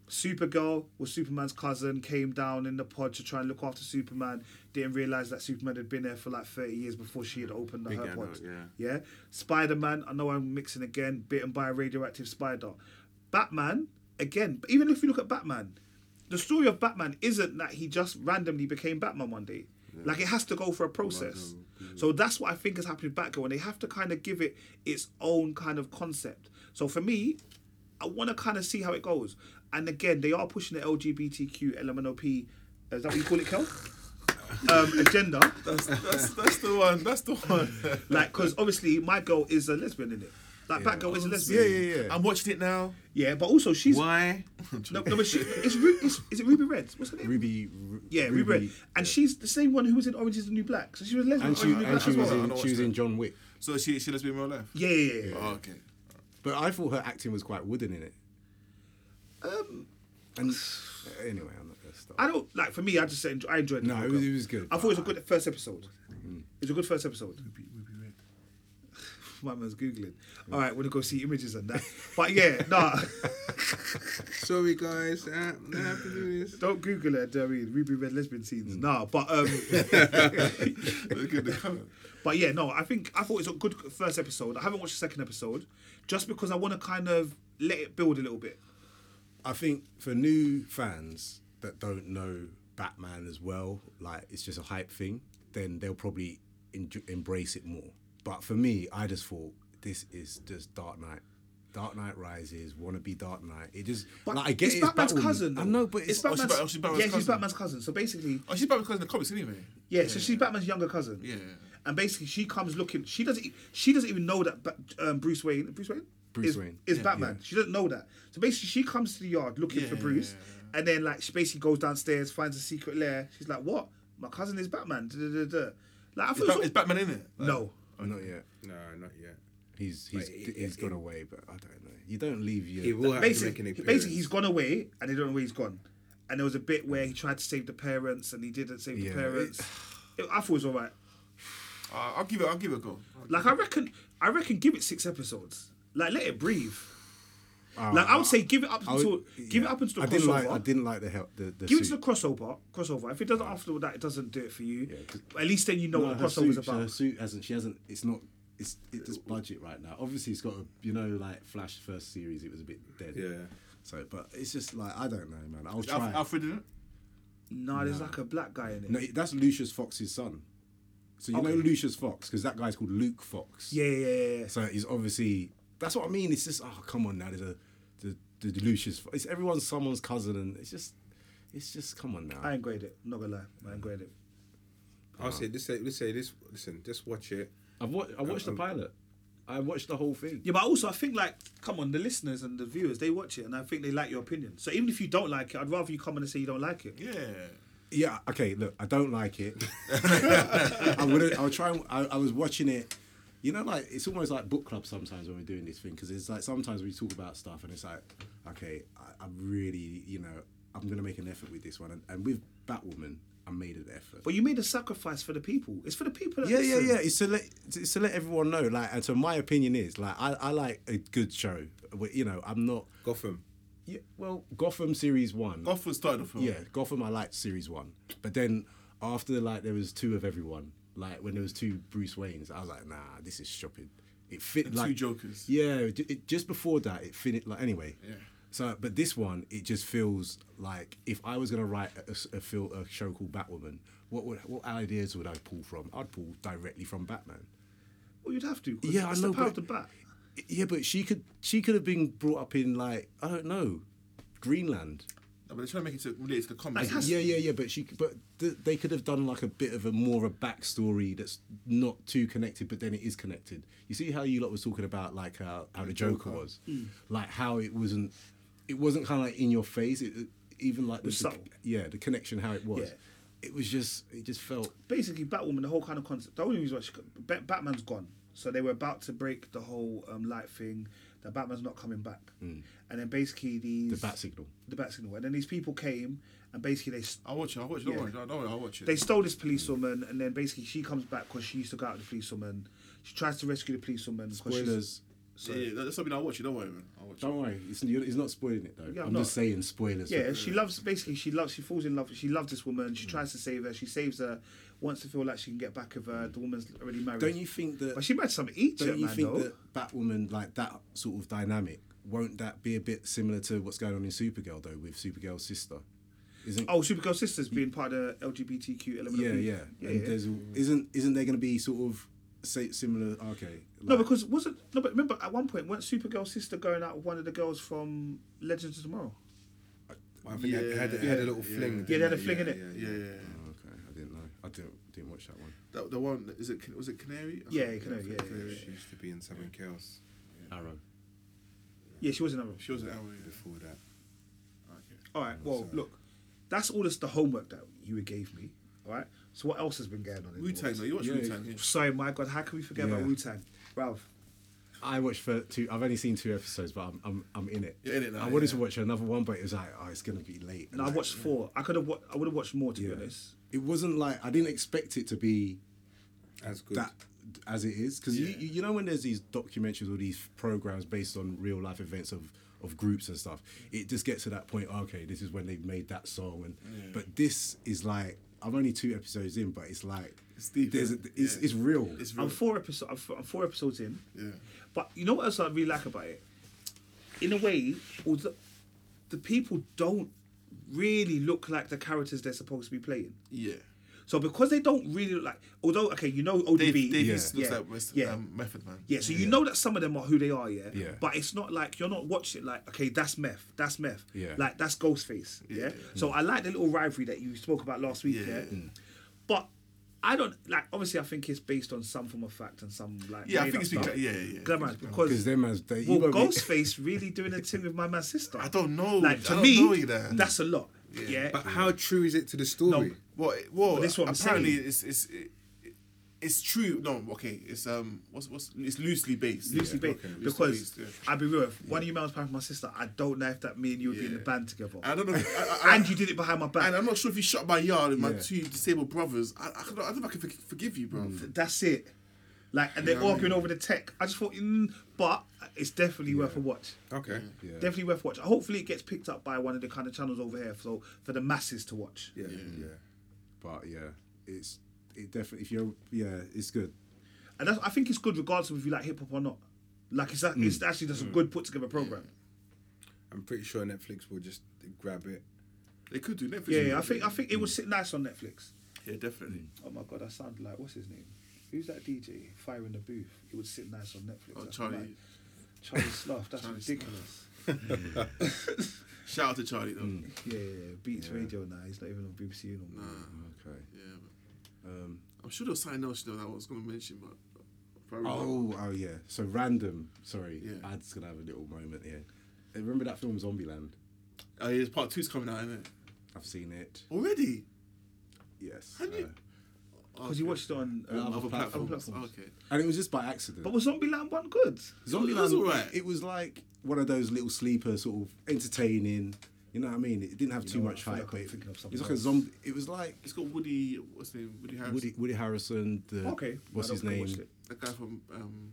[SPEAKER 2] Supergirl was Superman's cousin, came down in the pod to try and look after Superman, didn't realize that Superman had been there for like 30 years before she had opened her
[SPEAKER 5] guy,
[SPEAKER 2] pod.
[SPEAKER 5] yeah.
[SPEAKER 2] Yeah. Spider Man, I know I'm mixing again, bitten by a radioactive spider. Batman, again, but even if you look at Batman, the story of Batman isn't that he just randomly became Batman one day. Like it has to go for a process. So that's what I think has happened with Batgirl, and they have to kind of give it its own kind of concept. So for me, I want to kind of see how it goes. And again, they are pushing the LGBTQ LMNOP, is that what you call it, Kel? um, agenda
[SPEAKER 3] That's, that's, that's the one. That's the one.
[SPEAKER 2] like because obviously my girl is a lesbian in it like Batgirl is a lesbian
[SPEAKER 3] I'm watching it now.
[SPEAKER 2] yeah but also she's
[SPEAKER 5] Why?
[SPEAKER 2] no, no but she it's, Ru- it's is it Ruby Red what's her name
[SPEAKER 4] Ruby. Ru-
[SPEAKER 2] yeah Ruby, Red and she's the same one who was in Orange is the New Black so she was a lesbian
[SPEAKER 4] And
[SPEAKER 2] in
[SPEAKER 4] she,
[SPEAKER 2] Orange is the New
[SPEAKER 4] and she was
[SPEAKER 2] Black as well.
[SPEAKER 3] I
[SPEAKER 4] in.
[SPEAKER 3] don't
[SPEAKER 4] She was
[SPEAKER 3] watch
[SPEAKER 4] in John Wick.
[SPEAKER 3] So she she lesbian in real life.
[SPEAKER 2] yeah yeah yeah, yeah.
[SPEAKER 3] Oh, okay.
[SPEAKER 4] But I thought her acting was quite wooden in it. Um. And anyway, I'm not gonna stop.
[SPEAKER 2] I don't like for me I just enjoy, I enjoyed
[SPEAKER 4] No,
[SPEAKER 2] the
[SPEAKER 4] it was- it was good, Mm.
[SPEAKER 2] I thought it was a
[SPEAKER 4] but
[SPEAKER 2] good first episode it was a good first episode
[SPEAKER 3] Ruby, Ruby Red.
[SPEAKER 2] My man's googling. All right, want to go see images and that. But yeah, nah,
[SPEAKER 5] Sorry, guys. Uh, I don't have to do this.
[SPEAKER 2] don't Google it. I mean, Ruby Red lesbian scenes. Nah, but um,
[SPEAKER 3] Look at the cover.
[SPEAKER 2] But yeah, no, I think I thought it was a good first episode. I haven't watched the second episode just because I want to kind of let it build a little bit.
[SPEAKER 4] I think for new fans that don't know Batman as well, like it's just a hype thing, then they'll probably en- embrace it more. But for me, I just thought this is just Dark Knight. Dark Knight Rises, wanna be Dark Knight. It just
[SPEAKER 2] But
[SPEAKER 4] like I get
[SPEAKER 2] it's
[SPEAKER 4] it,
[SPEAKER 2] Batman's
[SPEAKER 4] Batwoman.
[SPEAKER 2] cousin.
[SPEAKER 4] I
[SPEAKER 2] though.
[SPEAKER 4] know, but it's,
[SPEAKER 2] Batman's,
[SPEAKER 3] she's Bat- oh, she's Batman's
[SPEAKER 2] yeah, she's
[SPEAKER 3] cousin.
[SPEAKER 2] Batman's cousin. So basically,
[SPEAKER 3] Oh, she's probably because in the comics anyway.
[SPEAKER 2] yeah, so she's Batman's younger cousin.
[SPEAKER 3] Yeah.
[SPEAKER 2] And basically, she comes looking. She doesn't. e- She doesn't even know that Ba- um, Bruce Wayne. Bruce Wayne.
[SPEAKER 4] Bruce
[SPEAKER 2] is,
[SPEAKER 4] Wayne.
[SPEAKER 2] is Batman. She doesn't know that. So basically, she comes to the yard looking for Bruce, and then like she basically goes downstairs, finds a secret lair. She's like, "What? My cousin is Batman." Da, da, da, da. Like I
[SPEAKER 3] Is,
[SPEAKER 2] thought.
[SPEAKER 3] Bat-
[SPEAKER 2] it was
[SPEAKER 3] is Batman in it? Like,
[SPEAKER 2] no.
[SPEAKER 4] Oh, not yet.
[SPEAKER 5] No, not yet.
[SPEAKER 4] He's he's
[SPEAKER 5] it-
[SPEAKER 4] he's gone away, but I don't know. You don't leave your
[SPEAKER 5] He will have to
[SPEAKER 2] basically,
[SPEAKER 5] make an
[SPEAKER 2] basically, he's gone away, and they don't know where he's gone. And there was a bit where he tried to save the parents, and he didn't save the
[SPEAKER 4] Yeah.
[SPEAKER 2] parents. It- I thought it was all right.
[SPEAKER 3] Uh, I'll give it. I'll give it a go.
[SPEAKER 2] Like I reckon, I reckon, give it six episodes. Like let it breathe. like I would say, give it up
[SPEAKER 4] Ah, I would-
[SPEAKER 2] until give it
[SPEAKER 4] yeah.
[SPEAKER 2] up until the
[SPEAKER 4] I didn't
[SPEAKER 2] crossover.
[SPEAKER 4] like I didn't like the help the, the
[SPEAKER 2] give it
[SPEAKER 4] suit.
[SPEAKER 2] to the crossover. Crossover. If it doesn't after that, it doesn't do it for you.
[SPEAKER 4] c-
[SPEAKER 2] But at least then you know what
[SPEAKER 4] No,
[SPEAKER 2] the
[SPEAKER 4] her
[SPEAKER 2] crossover's
[SPEAKER 4] suit,
[SPEAKER 2] about.
[SPEAKER 4] Her suit hasn't. She hasn't. It's not. It's it's just budget right now. Obviously, it's got a, you know like Flash first series. It was a bit dead.
[SPEAKER 5] Yeah.
[SPEAKER 4] So, but it's just like I don't know, man. I'll
[SPEAKER 3] Alf-
[SPEAKER 4] try.
[SPEAKER 3] Alfred in it.
[SPEAKER 2] Nah, there's like a black guy in it.
[SPEAKER 4] no, it- that's Lucius Fox's son. So you know Lucius Fox because that guy's called Luke Fox.
[SPEAKER 2] Yeah, yeah, yeah, yeah.
[SPEAKER 4] So he's obviously. That's what I mean. It's just oh come on now. There's a the the Lucius. Fo- It's everyone's someone's cousin, and it's just it's just come on now.
[SPEAKER 2] I ain't grade it. I'm not gonna lie, I ain't grade it.
[SPEAKER 5] I'll say this. Let's say this. Listen, just watch it.
[SPEAKER 4] I've watched I
[SPEAKER 2] Um,
[SPEAKER 4] watched the pilot. I watched the whole thing.
[SPEAKER 2] Yeah, but also I think like, come on, the listeners and the viewers, they watch it and I think they like your opinion. So even if you don't like it, I'd rather you come in and say you don't like it.
[SPEAKER 3] Yeah.
[SPEAKER 4] Yeah, okay, look, I don't like it. I'm gonna, I'll try and, I, I was watching it, you know, like, it's almost like book club sometimes when we're doing this thing, because it's like sometimes we talk about stuff and it's like, okay, I, I'm really, you know, I'm gonna make an effort with this one. And, and with Batwoman, I made an effort.
[SPEAKER 2] But you made a sacrifice for the people. It's for the people. That
[SPEAKER 4] yeah, yeah,
[SPEAKER 2] listen.
[SPEAKER 4] yeah. It's to let it's to let everyone know. Like, and so my opinion is like I, I like a good show. Wh- You know, I'm not.
[SPEAKER 5] Gotham.
[SPEAKER 4] Yeah, well, Gotham series one.
[SPEAKER 3] Goff was started off.
[SPEAKER 4] Yeah, Gotham I liked series one, but then after like there was two of everyone. Like when there was two Bruce Waynes, I was like, nah, this is shopping. It fit
[SPEAKER 3] And two
[SPEAKER 4] like
[SPEAKER 3] Jokers.
[SPEAKER 4] Yeah, it, it- just before that, it fit like anyway.
[SPEAKER 3] Yeah.
[SPEAKER 4] So, but this one, it just feels like if I was gonna write a, s- a fil- a show called Batwoman, what would what ideas would I pull from? I'd pull directly from Batman.
[SPEAKER 2] Well, you'd have to. 'cause
[SPEAKER 4] Yeah, I
[SPEAKER 2] it's
[SPEAKER 4] know,
[SPEAKER 2] The power
[SPEAKER 4] but-
[SPEAKER 2] of the bat.
[SPEAKER 4] Yeah, but she could she could have been brought up in like I don't know, Greenland.
[SPEAKER 3] No, but they're trying to make it to, relate to the comics.
[SPEAKER 4] Uh, Yeah, yeah, yeah. But she, but th- they could have done like a bit of a more a backstory that's not too connected, but then it is connected. You see how you lot was talking about like how, how the Joker, was,
[SPEAKER 2] Hmm.
[SPEAKER 4] like how it wasn't, it wasn't kind of like in your face. It, it- even like the,
[SPEAKER 2] was subtle.
[SPEAKER 4] yeah, the connection how it was.
[SPEAKER 2] Yeah.
[SPEAKER 4] It was just, it just felt.
[SPEAKER 2] Basically, Batwoman, the whole kind of concept. The only reason why she, Bat- Batman's gone, so they were about to break the whole um, light thing. That Batman's not coming back, and then basically these
[SPEAKER 4] Hmm. The bat signal.
[SPEAKER 2] the bat signal, and then these people came and basically they
[SPEAKER 3] I'll watch it. I'll watch it. Don't
[SPEAKER 2] Yeah.
[SPEAKER 3] worry. Don't worry. I'll watch it.
[SPEAKER 2] they stole this policewoman, and then basically she comes back because she used to go out with the policewoman. She tries to rescue the policewoman. 'cause she's-
[SPEAKER 4] Spoilers.
[SPEAKER 3] yeah, yeah, that's something I'll watch it. Don't worry, man. I'll watch it.
[SPEAKER 4] Don't worry, it's, you're- it's not spoiling it though.
[SPEAKER 2] Yeah, I'm
[SPEAKER 4] I'm, just
[SPEAKER 2] not.
[SPEAKER 4] saying spoilers.
[SPEAKER 2] Yeah, she loves basically she loves she falls in love she loves this woman. She tries to save her. She saves her. Wants to feel like she can get back with her. The woman's already married.
[SPEAKER 4] Don't you think that?
[SPEAKER 2] But she married some Egypt
[SPEAKER 4] Don't you
[SPEAKER 2] man
[SPEAKER 4] think
[SPEAKER 2] though.
[SPEAKER 4] that Batwoman, like that sort of dynamic, won't that be a bit similar to what's going on in Supergirl though, with Supergirl's sister? Isn't
[SPEAKER 2] Oh, Supergirl sisters being part of the LGBTQ element.
[SPEAKER 4] yeah,
[SPEAKER 2] of
[SPEAKER 4] yeah. And there's isn't isn't there going to be sort of say, similar? Okay,
[SPEAKER 2] No,
[SPEAKER 4] like-
[SPEAKER 2] because wasn't no, but remember at one point weren't Supergirl's sister going out with one of the girls from Legends of Tomorrow?
[SPEAKER 5] I think yeah, had, had a little fling.
[SPEAKER 2] Yeah, they had a
[SPEAKER 5] didn't
[SPEAKER 2] fling in it.
[SPEAKER 3] Yeah, yeah. yeah.
[SPEAKER 4] oh, okay, I didn't know. I didn't didn't watch that one.
[SPEAKER 3] That, the one that- is it? Can- Was it Canary? I
[SPEAKER 2] Yeah,
[SPEAKER 3] can't-
[SPEAKER 2] Canary, yeah,
[SPEAKER 5] they?
[SPEAKER 2] yeah,
[SPEAKER 5] She used to be in something else
[SPEAKER 4] Arrow.
[SPEAKER 2] Yeah, she was in Arrow.
[SPEAKER 3] She was an hour. Yeah.
[SPEAKER 5] before that.
[SPEAKER 2] All right. Well, look, that's all this the homework that you gave me. All right. So what else has been going on? in the
[SPEAKER 3] Wu Tang.
[SPEAKER 2] world?
[SPEAKER 3] though. You watch
[SPEAKER 4] Yeah.
[SPEAKER 3] Wu Tang? Yeah.
[SPEAKER 2] Sorry, my God, how can we forget about
[SPEAKER 4] Yeah.
[SPEAKER 2] Wu Tang, Ralph?
[SPEAKER 4] I watched for two. I've only seen two episodes, but I'm I'm, I'm in it.
[SPEAKER 3] You're in it now,
[SPEAKER 4] I wanted
[SPEAKER 3] yeah.
[SPEAKER 4] to watch another one, but it was like, oh, it's going to be late. And
[SPEAKER 2] No, I
[SPEAKER 4] like,
[SPEAKER 2] watched four. I could have. Wa- I would have watched more to be honest.
[SPEAKER 4] It wasn't like I didn't expect it to be
[SPEAKER 5] As good.
[SPEAKER 4] that as it is because you, you know when there's these documentaries or these programs based on real life events of of groups and stuff it just gets to that point oh, okay this is when they've made that song and but this is like i'm only two episodes in but it's like it's
[SPEAKER 3] deep,
[SPEAKER 4] there's a,
[SPEAKER 3] innit?
[SPEAKER 4] it's,
[SPEAKER 3] Yeah.
[SPEAKER 4] it's real
[SPEAKER 3] It's
[SPEAKER 2] I'm
[SPEAKER 3] real.
[SPEAKER 2] four episodes. I'm, f- I'm four episodes in.
[SPEAKER 3] Yeah.
[SPEAKER 2] But you know what else I really like about it? In a way, although the people don't really look like the characters they're supposed to be playing.
[SPEAKER 3] Yeah.
[SPEAKER 2] So because they don't really look like, although okay, you know ODB,
[SPEAKER 3] Dave, Dave
[SPEAKER 4] Yeah.
[SPEAKER 3] East looks
[SPEAKER 2] Yeah.
[SPEAKER 3] like Mr.
[SPEAKER 2] Yeah.
[SPEAKER 3] Um, Method Man.
[SPEAKER 2] yeah. So you know that some of them are who they are, yeah.
[SPEAKER 4] Yeah.
[SPEAKER 2] But it's not like you're not watching it like okay, that's meth, that's meth,
[SPEAKER 4] Yeah.
[SPEAKER 2] Like that's Ghostface, yeah. So I like the little rivalry that you spoke about last week, yeah.
[SPEAKER 3] Yeah.
[SPEAKER 2] But I don't like. Obviously, I think it's based on some form of fact and some like.
[SPEAKER 3] Yeah, I
[SPEAKER 2] made
[SPEAKER 3] think
[SPEAKER 2] up
[SPEAKER 3] it's been-
[SPEAKER 2] stuff.
[SPEAKER 3] yeah, yeah, yeah.
[SPEAKER 2] Glamour,
[SPEAKER 4] because
[SPEAKER 2] because
[SPEAKER 4] them as they you
[SPEAKER 2] well,
[SPEAKER 4] won't be-
[SPEAKER 2] Ghostface really doing a thing with my man sister.
[SPEAKER 3] I don't know.
[SPEAKER 2] Like
[SPEAKER 3] I
[SPEAKER 2] to
[SPEAKER 3] don't
[SPEAKER 2] me,
[SPEAKER 3] know, you know.
[SPEAKER 2] that's a lot. Yeah,
[SPEAKER 5] But how true is it to the story?
[SPEAKER 3] Well, it- well,
[SPEAKER 2] Well, that's what I'm
[SPEAKER 3] apparently
[SPEAKER 2] saying.
[SPEAKER 3] it's it's it, it's true. No, okay, it's um, what's what's it's loosely based.
[SPEAKER 2] Lucy
[SPEAKER 3] Yeah,
[SPEAKER 2] Bates.
[SPEAKER 3] okay, loosely
[SPEAKER 2] because
[SPEAKER 3] based, yeah.
[SPEAKER 2] I'll be real, if one of you man was playing with my sister, I don't know if that me and you would be in the
[SPEAKER 3] Yeah.
[SPEAKER 2] band together.
[SPEAKER 3] I don't know. if- I, I,
[SPEAKER 2] and you did it behind my back.
[SPEAKER 3] and I'm not sure if you shot my yard with my
[SPEAKER 4] Yeah.
[SPEAKER 3] two disabled brothers. I, I, don't, I don't know if I can forg- forgive you, bro.
[SPEAKER 4] Mm.
[SPEAKER 2] That's it. Like, and they're arguing over the tech. I just thought, mm, but it's definitely worth a watch.
[SPEAKER 5] Okay.
[SPEAKER 4] Yeah.
[SPEAKER 2] Definitely worth watch. Hopefully, it gets picked up by one of the kind of channels over here, so for the masses to watch.
[SPEAKER 5] Yeah. yeah.
[SPEAKER 4] but yeah it's it definitely if you're yeah it's good
[SPEAKER 2] And that's, I think it's good regardless of if you like hip hop or not. Like, it's,
[SPEAKER 3] Mm.
[SPEAKER 2] it's actually just a good put together program.
[SPEAKER 5] I'm pretty sure Netflix will just grab it.
[SPEAKER 3] They could do Netflix.
[SPEAKER 2] Yeah, yeah, I think I think it would sit nice on Netflix.
[SPEAKER 3] Yeah, definitely.
[SPEAKER 2] Oh my god, I sound like what's his name? Who's that DJ? Fire in the booth. It would sit nice on Netflix.
[SPEAKER 3] Oh,
[SPEAKER 2] That's
[SPEAKER 3] Charlie.
[SPEAKER 2] mad. Charlie Slough. That's
[SPEAKER 3] Charlie Slough.
[SPEAKER 2] ridiculous.
[SPEAKER 3] Shout out to Charlie though.
[SPEAKER 4] mm.
[SPEAKER 2] Yeah, yeah, yeah, Beats Radio now. He's not even on BBC no more.
[SPEAKER 4] okay
[SPEAKER 3] Yeah. I'm sure there's something else though that I was gonna mention, but. probably not.
[SPEAKER 4] Oh, oh yeah. So random. Sorry,
[SPEAKER 3] Yeah.
[SPEAKER 4] I'm just gonna have a little moment here. Uh, Remember that film Zombieland?
[SPEAKER 3] Oh, yeah, part two's coming out, isn't it?
[SPEAKER 4] I've seen it.
[SPEAKER 3] Already?
[SPEAKER 4] Yes.
[SPEAKER 3] Had you-
[SPEAKER 2] Because you Oh, watched it on.
[SPEAKER 4] Uh,
[SPEAKER 2] Um,
[SPEAKER 4] other
[SPEAKER 3] Other
[SPEAKER 4] platforms.
[SPEAKER 3] platforms. Oh,
[SPEAKER 2] platforms.
[SPEAKER 3] Okay.
[SPEAKER 4] and it was just by accident.
[SPEAKER 2] but was Zombieland one good?
[SPEAKER 4] Zombieland
[SPEAKER 3] it was alright.
[SPEAKER 4] It was like one of those little sleeper sort of entertaining. You know what I mean? It didn't have too
[SPEAKER 2] know
[SPEAKER 4] much
[SPEAKER 2] what, I feel
[SPEAKER 4] hype.
[SPEAKER 2] like
[SPEAKER 4] but
[SPEAKER 2] I'm
[SPEAKER 4] it,
[SPEAKER 2] thinking
[SPEAKER 4] it
[SPEAKER 2] of
[SPEAKER 4] was
[SPEAKER 2] something
[SPEAKER 4] like a
[SPEAKER 2] else.
[SPEAKER 4] zombie. It was like
[SPEAKER 3] It's got Woody. What's his name? Woody Harrison.
[SPEAKER 4] Woody, Woody Harrison. The
[SPEAKER 2] Okay.
[SPEAKER 4] what's
[SPEAKER 2] I
[SPEAKER 4] his
[SPEAKER 2] don't think I
[SPEAKER 4] name?
[SPEAKER 2] watched it.
[SPEAKER 3] The guy from. Um,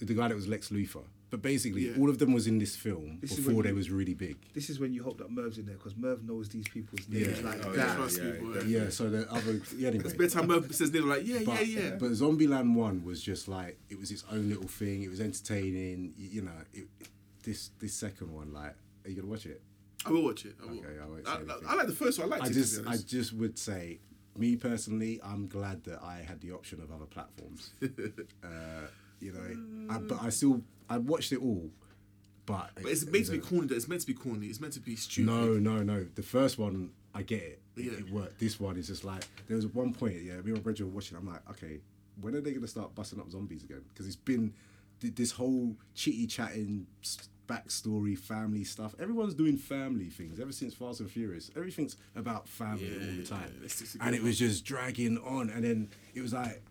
[SPEAKER 4] The guy that was Lex Luthor. But basically,
[SPEAKER 3] Yeah.
[SPEAKER 4] all of them was in this film
[SPEAKER 2] This is
[SPEAKER 4] before
[SPEAKER 2] when
[SPEAKER 4] they
[SPEAKER 2] you-
[SPEAKER 4] was really big.
[SPEAKER 2] This is when you hope that Merv's in there because Merv knows these people's names
[SPEAKER 4] Yeah.
[SPEAKER 2] like
[SPEAKER 5] Oh,
[SPEAKER 2] that.
[SPEAKER 5] yeah.
[SPEAKER 3] trust me, boy.
[SPEAKER 4] Yeah. So the other. Yeah, anyway.
[SPEAKER 3] It's bedtime. Murphy says they're like, yeah,
[SPEAKER 4] But,
[SPEAKER 3] yeah, yeah.
[SPEAKER 4] but Zombieland One was just like it was its own little thing. It was entertaining. You, you know, it, this this second one, like, are you gonna watch it?
[SPEAKER 3] I will watch it. I will.
[SPEAKER 4] Okay, I won't say
[SPEAKER 3] I,
[SPEAKER 4] anything.
[SPEAKER 3] I, I like the first one. I liked
[SPEAKER 4] I
[SPEAKER 3] it.
[SPEAKER 4] just
[SPEAKER 3] to be
[SPEAKER 4] I
[SPEAKER 3] honest.
[SPEAKER 4] just would say, me personally, I'm glad that I had the option of other platforms. uh, you know, I, but I still I watched it all, but,
[SPEAKER 3] but it's
[SPEAKER 4] it
[SPEAKER 3] meant
[SPEAKER 4] was
[SPEAKER 3] to be
[SPEAKER 4] a-
[SPEAKER 3] corny. though. It's meant to be corny. It's meant to be stupid.
[SPEAKER 4] No, no, no. The first one, I get it. It,
[SPEAKER 3] Yeah.
[SPEAKER 4] it worked. This one is just like there was one point. Yeah, me and Reggie were watching. I'm like, okay, when are they gonna start busting up zombies again? Because it's been th- this whole chitty chatting backstory, family stuff. Everyone's doing family things ever since Fast and Furious. Everything's about family all the time,
[SPEAKER 3] yeah, let's stick
[SPEAKER 4] and it was just dragging on. And then it was like,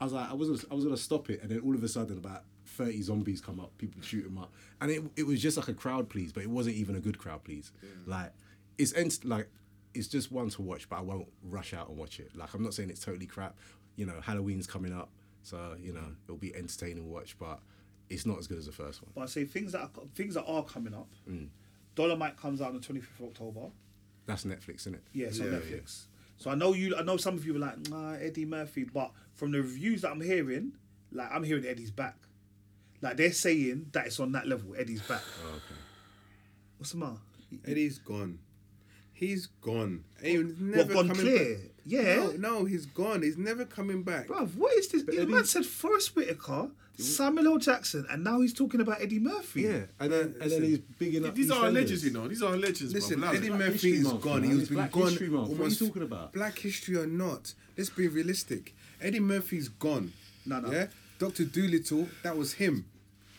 [SPEAKER 4] I was like, I was I was gonna stop it, and then all of a sudden about. 30 zombies come up, people shoot them up. And it, it was just like a crowd please, but it wasn't even a good crowd please. Like, it's ent- like it's just one to watch, but I won't rush out and watch it. Like, I'm not saying it's totally crap. You know, Halloween's coming up, so, you know, it'll be entertaining to watch, but it's not as good as the first one.
[SPEAKER 2] But I say things that are, co- things that are coming up. Dolomite comes out on the 25th of October.
[SPEAKER 4] That's Netflix, isn't it?
[SPEAKER 2] Yeah, it's on Netflix. So I know you. I know some of you were like, nah, Eddie Murphy, but from the reviews that I'm hearing, like I'm hearing Eddie's back. Like they're saying that it's on that level. Eddie's back. What's the matter?
[SPEAKER 5] Eddie's gone. He's gone. And he's
[SPEAKER 2] What
[SPEAKER 5] never
[SPEAKER 2] gone
[SPEAKER 5] coming
[SPEAKER 2] clear?
[SPEAKER 5] back.
[SPEAKER 2] Yeah,
[SPEAKER 5] No, no, he's gone. He's never coming back.
[SPEAKER 2] bruv. What is this? The man said Forrest Whitaker, Samuel L. Jackson, and now he's talking about Eddie Murphy.
[SPEAKER 4] Yeah, and then, and then he's bigging up.
[SPEAKER 3] These are our
[SPEAKER 4] fellas.
[SPEAKER 3] legends, you know. These are our legends.
[SPEAKER 5] Listen,
[SPEAKER 3] bro.
[SPEAKER 5] Eddie Murphy
[SPEAKER 4] History
[SPEAKER 5] is
[SPEAKER 4] Month,
[SPEAKER 5] gone.
[SPEAKER 4] man.
[SPEAKER 5] He's
[SPEAKER 4] It's
[SPEAKER 5] been
[SPEAKER 4] Black
[SPEAKER 5] gone.
[SPEAKER 4] History Month. What are you
[SPEAKER 5] almost-
[SPEAKER 4] talking about?
[SPEAKER 5] Black history or not, let's be realistic. Eddie Murphy's gone.
[SPEAKER 2] No, no.
[SPEAKER 5] Yeah, Doctor Doolittle, that was him,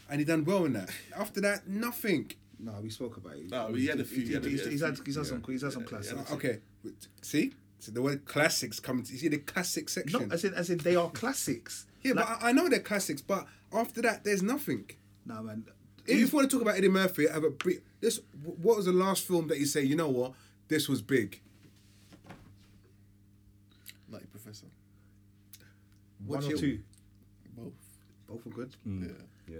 [SPEAKER 5] and he done well in that. After that, nothing.
[SPEAKER 2] No, we spoke about it.
[SPEAKER 3] No, we had a few,
[SPEAKER 2] He's,
[SPEAKER 3] we had a-
[SPEAKER 2] he's-
[SPEAKER 3] Oh, yeah.
[SPEAKER 2] he's had, he's had some. He's had some classics.
[SPEAKER 5] Okay, wait, see, so the word classics comes. You see the classic section.
[SPEAKER 2] No, as in, as in, they are classics.
[SPEAKER 5] yeah, but I, I know they're classics. But after that, there's nothing.
[SPEAKER 2] No, man.
[SPEAKER 5] If you want to talk about Eddie Murphy, have a brief, this. What was the last film that you say? You know what? This was big.
[SPEAKER 3] Nutty Professor.
[SPEAKER 2] One
[SPEAKER 1] What's
[SPEAKER 2] or
[SPEAKER 1] your-
[SPEAKER 2] two.
[SPEAKER 1] Both.
[SPEAKER 2] Both are good.
[SPEAKER 4] Yeah.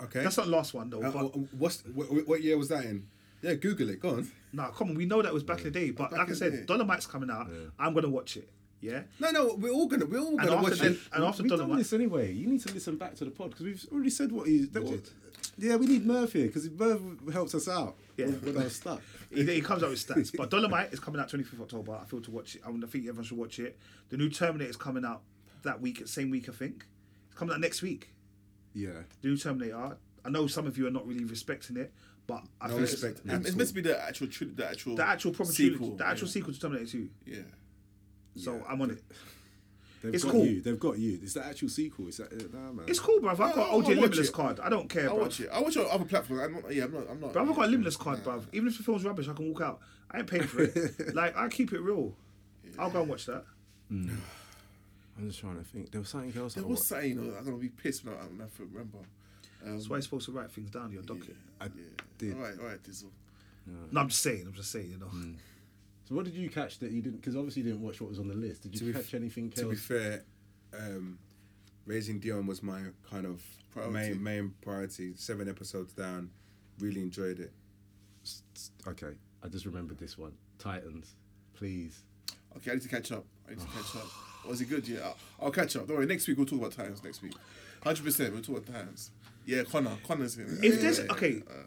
[SPEAKER 5] Okay.
[SPEAKER 2] That's not last one though.
[SPEAKER 5] Uh,
[SPEAKER 2] but
[SPEAKER 5] wh- what's what, what year was that in? Yeah, Google it. Go on.
[SPEAKER 2] nah, come on, we know that was back in the day. But like I
[SPEAKER 1] in
[SPEAKER 2] said,
[SPEAKER 1] the day.
[SPEAKER 2] Dolomite's coming out. I'm gonna watch it. Yeah.
[SPEAKER 5] No, no, we're all gonna we're all
[SPEAKER 2] And
[SPEAKER 5] gonna
[SPEAKER 2] after
[SPEAKER 5] watch
[SPEAKER 2] then,
[SPEAKER 5] it.
[SPEAKER 2] and after
[SPEAKER 4] We've done
[SPEAKER 2] Dolomite,
[SPEAKER 4] this anyway. You need to listen back to the pod because we've already said what he's. that what- yeah, we need Murph here because Murph helps us out
[SPEAKER 2] Yeah.
[SPEAKER 4] when when I was stuck.
[SPEAKER 2] he, he comes out with stats. But Dolomite is coming out 25th October. I feel to watch it. I want- I think everyone should watch it. The new Terminator is coming out that week, same week I think. It's coming out next week.
[SPEAKER 4] Yeah.
[SPEAKER 2] The new Terminator. I know some of you are not really respecting it, but I
[SPEAKER 5] No
[SPEAKER 2] feel it's-
[SPEAKER 5] respect.
[SPEAKER 3] It's it's meant to be the actual, tri- the actual,
[SPEAKER 2] the actual proper
[SPEAKER 3] sequel.
[SPEAKER 2] trilogy- the actual
[SPEAKER 3] yeah.
[SPEAKER 2] sequel to Terminator 2.
[SPEAKER 3] Yeah.
[SPEAKER 2] So I'm on it.
[SPEAKER 4] They've
[SPEAKER 2] It's
[SPEAKER 4] got
[SPEAKER 2] cool.
[SPEAKER 4] you. They've got you. It's the actual sequel. It's that, uh, nah, man.
[SPEAKER 2] It's cool, bruv. I've got
[SPEAKER 3] I'll- I'll
[SPEAKER 2] OJ
[SPEAKER 3] watch
[SPEAKER 2] Limitless
[SPEAKER 3] it.
[SPEAKER 2] card. I don't care,
[SPEAKER 3] I
[SPEAKER 2] bruv.
[SPEAKER 3] watch it. I watch it on other platforms. I'm not. Yeah, I'm not. I'm not.
[SPEAKER 2] Bruv, I've got a limitless card, bruv. Even if the film's rubbish, I can walk out. I ain't paying for it. like, I keep it real. I'll go and watch that.
[SPEAKER 4] I'm just trying to think. There was something else. I
[SPEAKER 3] There was
[SPEAKER 4] watched.
[SPEAKER 3] something. You know, I'm gonna be pissed when I, when I remember. Um,
[SPEAKER 2] That's why you're supposed to write things down in your docket.
[SPEAKER 4] I
[SPEAKER 3] all
[SPEAKER 4] did.
[SPEAKER 3] right, all right, Dizzle.
[SPEAKER 2] No, I'm just saying. I'm just saying, you know.
[SPEAKER 3] Mm.
[SPEAKER 4] So what did you catch that you didn't? Because obviously you didn't watch what was on the list. Did you catch anything
[SPEAKER 5] To be
[SPEAKER 4] else?
[SPEAKER 5] fair, um, raising Dion was my kind of
[SPEAKER 3] Priority.
[SPEAKER 5] main main priority. Seven episodes down, really enjoyed it.
[SPEAKER 4] okay, I just remembered this one. Titans, please.
[SPEAKER 3] Okay, I need to catch up. I need to catch up. Was it good? Yeah, I'll, I'll catch up. Don't worry. Next week we'll talk about times. Next week, hundred percent. We'll talk about times. Yeah, Connor. Connor's in. it.
[SPEAKER 2] If
[SPEAKER 3] Yeah,
[SPEAKER 2] there's
[SPEAKER 3] yeah,
[SPEAKER 2] okay,
[SPEAKER 3] yeah. uh.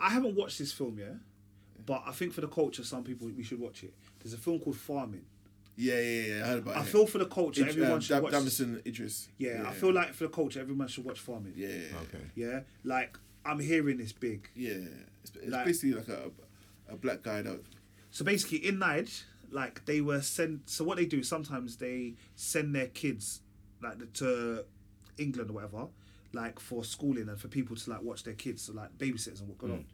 [SPEAKER 2] I haven't watched this film yet, but I think for the culture, some people we should watch it. There's a film called Farming.
[SPEAKER 3] Yeah, yeah, yeah. I heard about
[SPEAKER 2] I
[SPEAKER 3] it.
[SPEAKER 2] feel for the culture,
[SPEAKER 3] Id-
[SPEAKER 2] everyone
[SPEAKER 3] um,
[SPEAKER 2] should
[SPEAKER 3] Dam-
[SPEAKER 2] watch.
[SPEAKER 3] Damson Idris.
[SPEAKER 2] Yeah, I feel like for the culture, everyone should watch Farming.
[SPEAKER 3] Yeah, yeah,
[SPEAKER 4] Okay.
[SPEAKER 2] Yeah, like I'm hearing this big.
[SPEAKER 3] yeah. It's, it's
[SPEAKER 2] Like-
[SPEAKER 3] basically like a, a black guy that.
[SPEAKER 2] So basically, in Nige, like they were sent. So what they do sometimes they send their kids like to England or whatever, like for schooling and for people to like watch their kids, so like babysitters and what going
[SPEAKER 3] Mm.
[SPEAKER 2] on,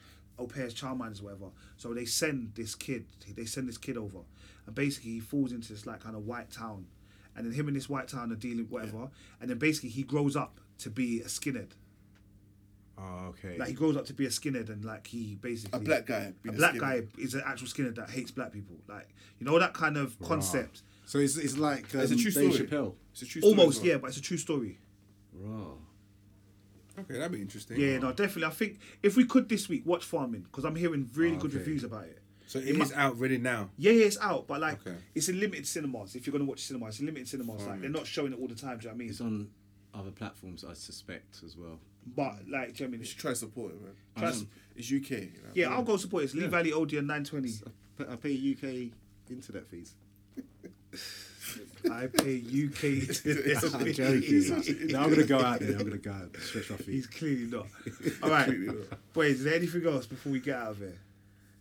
[SPEAKER 2] au pairs, childminders, whatever. So they send this kid. They send this kid over, and basically he falls into this like kind of white town, and then him and this white town are dealing whatever, and then basically he grows up to be a skinhead. Ah,
[SPEAKER 4] Oh, okay.
[SPEAKER 2] Like he grows up to be a skinhead, and like he basically
[SPEAKER 3] A black guy
[SPEAKER 2] A
[SPEAKER 3] being a
[SPEAKER 2] black
[SPEAKER 3] skinhead.
[SPEAKER 2] guy is an actual skinhead that hates black people. Like you know that kind of concept.
[SPEAKER 4] so it's, it's like um,
[SPEAKER 3] It's a true
[SPEAKER 4] Dave
[SPEAKER 3] story.
[SPEAKER 4] Chappelle.
[SPEAKER 3] It's a true story.
[SPEAKER 2] Almost,
[SPEAKER 3] as well.
[SPEAKER 2] yeah, but it's a true story.
[SPEAKER 4] Raw.
[SPEAKER 5] Okay, that'd be interesting.
[SPEAKER 2] Yeah, no, definitely. I think if we could this week watch Farming because I'm hearing really good
[SPEAKER 4] Okay.
[SPEAKER 2] reviews about it.
[SPEAKER 5] So it is out ready now.
[SPEAKER 2] Yeah, yeah, it's out, but like
[SPEAKER 5] Okay.
[SPEAKER 2] it's in limited cinemas. If you're gonna watch cinema, it's in limited cinemas. Like they're not showing it all the time. Do you know what I mean?
[SPEAKER 4] It's on other platforms, I suspect as well.
[SPEAKER 2] But like, do you know what I mean?
[SPEAKER 3] You should try to support it, man.
[SPEAKER 2] Try
[SPEAKER 3] It's-
[SPEAKER 2] to-
[SPEAKER 3] it's UK. You know?
[SPEAKER 2] Yeah, I'll go support it. It's Lee Valley Odeon 920.
[SPEAKER 4] I pay, I pay UK internet fees.
[SPEAKER 2] I pay UK.
[SPEAKER 4] I'm joking. now I'm gonna go out there. I'm gonna go out, stretch my
[SPEAKER 2] He's
[SPEAKER 4] feet.
[SPEAKER 2] clearly not. All right, boys. Is there anything else before we get out of here?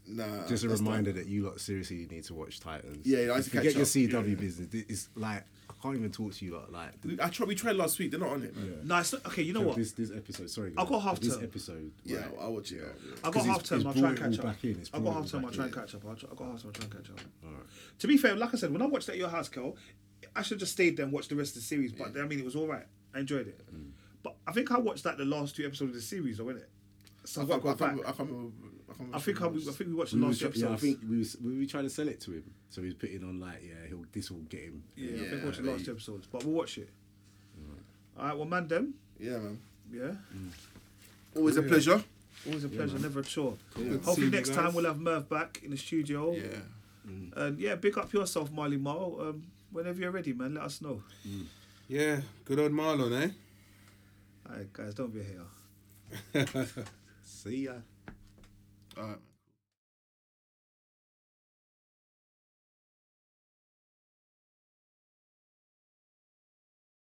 [SPEAKER 3] Nah.
[SPEAKER 4] Just a reminder that you lot seriously need to watch Titans.
[SPEAKER 3] Yeah, yeah, I need to catch
[SPEAKER 4] forget your
[SPEAKER 3] up.
[SPEAKER 4] CW business. It's like I can't even talk to you lot. Like
[SPEAKER 3] We- I tried. We tried last week. They're not on it, man.
[SPEAKER 2] No, it's not, okay. You know what?
[SPEAKER 4] this this episode. Sorry,
[SPEAKER 2] I've got half
[SPEAKER 4] This
[SPEAKER 2] term.
[SPEAKER 4] episode.
[SPEAKER 3] Yeah,
[SPEAKER 4] right,
[SPEAKER 3] I'll, I'll watch it. I'll watch it.
[SPEAKER 2] I've
[SPEAKER 4] 'Cause
[SPEAKER 2] got
[SPEAKER 4] it's-
[SPEAKER 2] half term.
[SPEAKER 4] it's
[SPEAKER 2] I'll try and
[SPEAKER 4] brought it
[SPEAKER 2] catch
[SPEAKER 4] all
[SPEAKER 2] up.
[SPEAKER 4] back in, it's
[SPEAKER 2] I've got
[SPEAKER 4] brought it all
[SPEAKER 2] half term. I'll
[SPEAKER 4] back
[SPEAKER 2] try and
[SPEAKER 4] in.
[SPEAKER 2] catch up. I'll try- I've got half time. I'll try and catch up. To be fair, like I said, when I watched at your house, Kel, I should have just stayed there and watched the rest of the series. But I mean, it was all right. I enjoyed it. But I think I watched like the last two episodes of the series, though, innit? So
[SPEAKER 3] I
[SPEAKER 2] I've got to
[SPEAKER 3] can't, I can't,
[SPEAKER 2] go back.
[SPEAKER 3] remember- I can't remember. I, can't
[SPEAKER 2] I think I,
[SPEAKER 3] remember
[SPEAKER 2] I think we watched the
[SPEAKER 4] We were
[SPEAKER 2] last two
[SPEAKER 4] try-
[SPEAKER 2] episodes.
[SPEAKER 4] yeah, I think we was, we were trying to sell it to him, so he was putting on like, yeah, he'll this will get him.
[SPEAKER 2] Yeah, I think
[SPEAKER 3] Yeah,
[SPEAKER 2] we watched the last two episodes. But we'll watch it. All right, well, man, them.
[SPEAKER 3] Yeah, man.
[SPEAKER 2] Yeah.
[SPEAKER 3] Always a pleasure.
[SPEAKER 2] Always a pleasure, never a chore.
[SPEAKER 5] Good to see
[SPEAKER 2] Hopefully
[SPEAKER 5] you
[SPEAKER 2] next
[SPEAKER 5] guys.
[SPEAKER 2] time we'll have Merv back in the studio.
[SPEAKER 3] Yeah.
[SPEAKER 2] And Um, yeah, big up yourself, Marley Marl. Um, whenever you're ready, man, let us know.
[SPEAKER 5] Yeah, good old Marlon, eh?
[SPEAKER 2] All right, guys, don't be a hater.
[SPEAKER 4] See ya.
[SPEAKER 3] All right, man.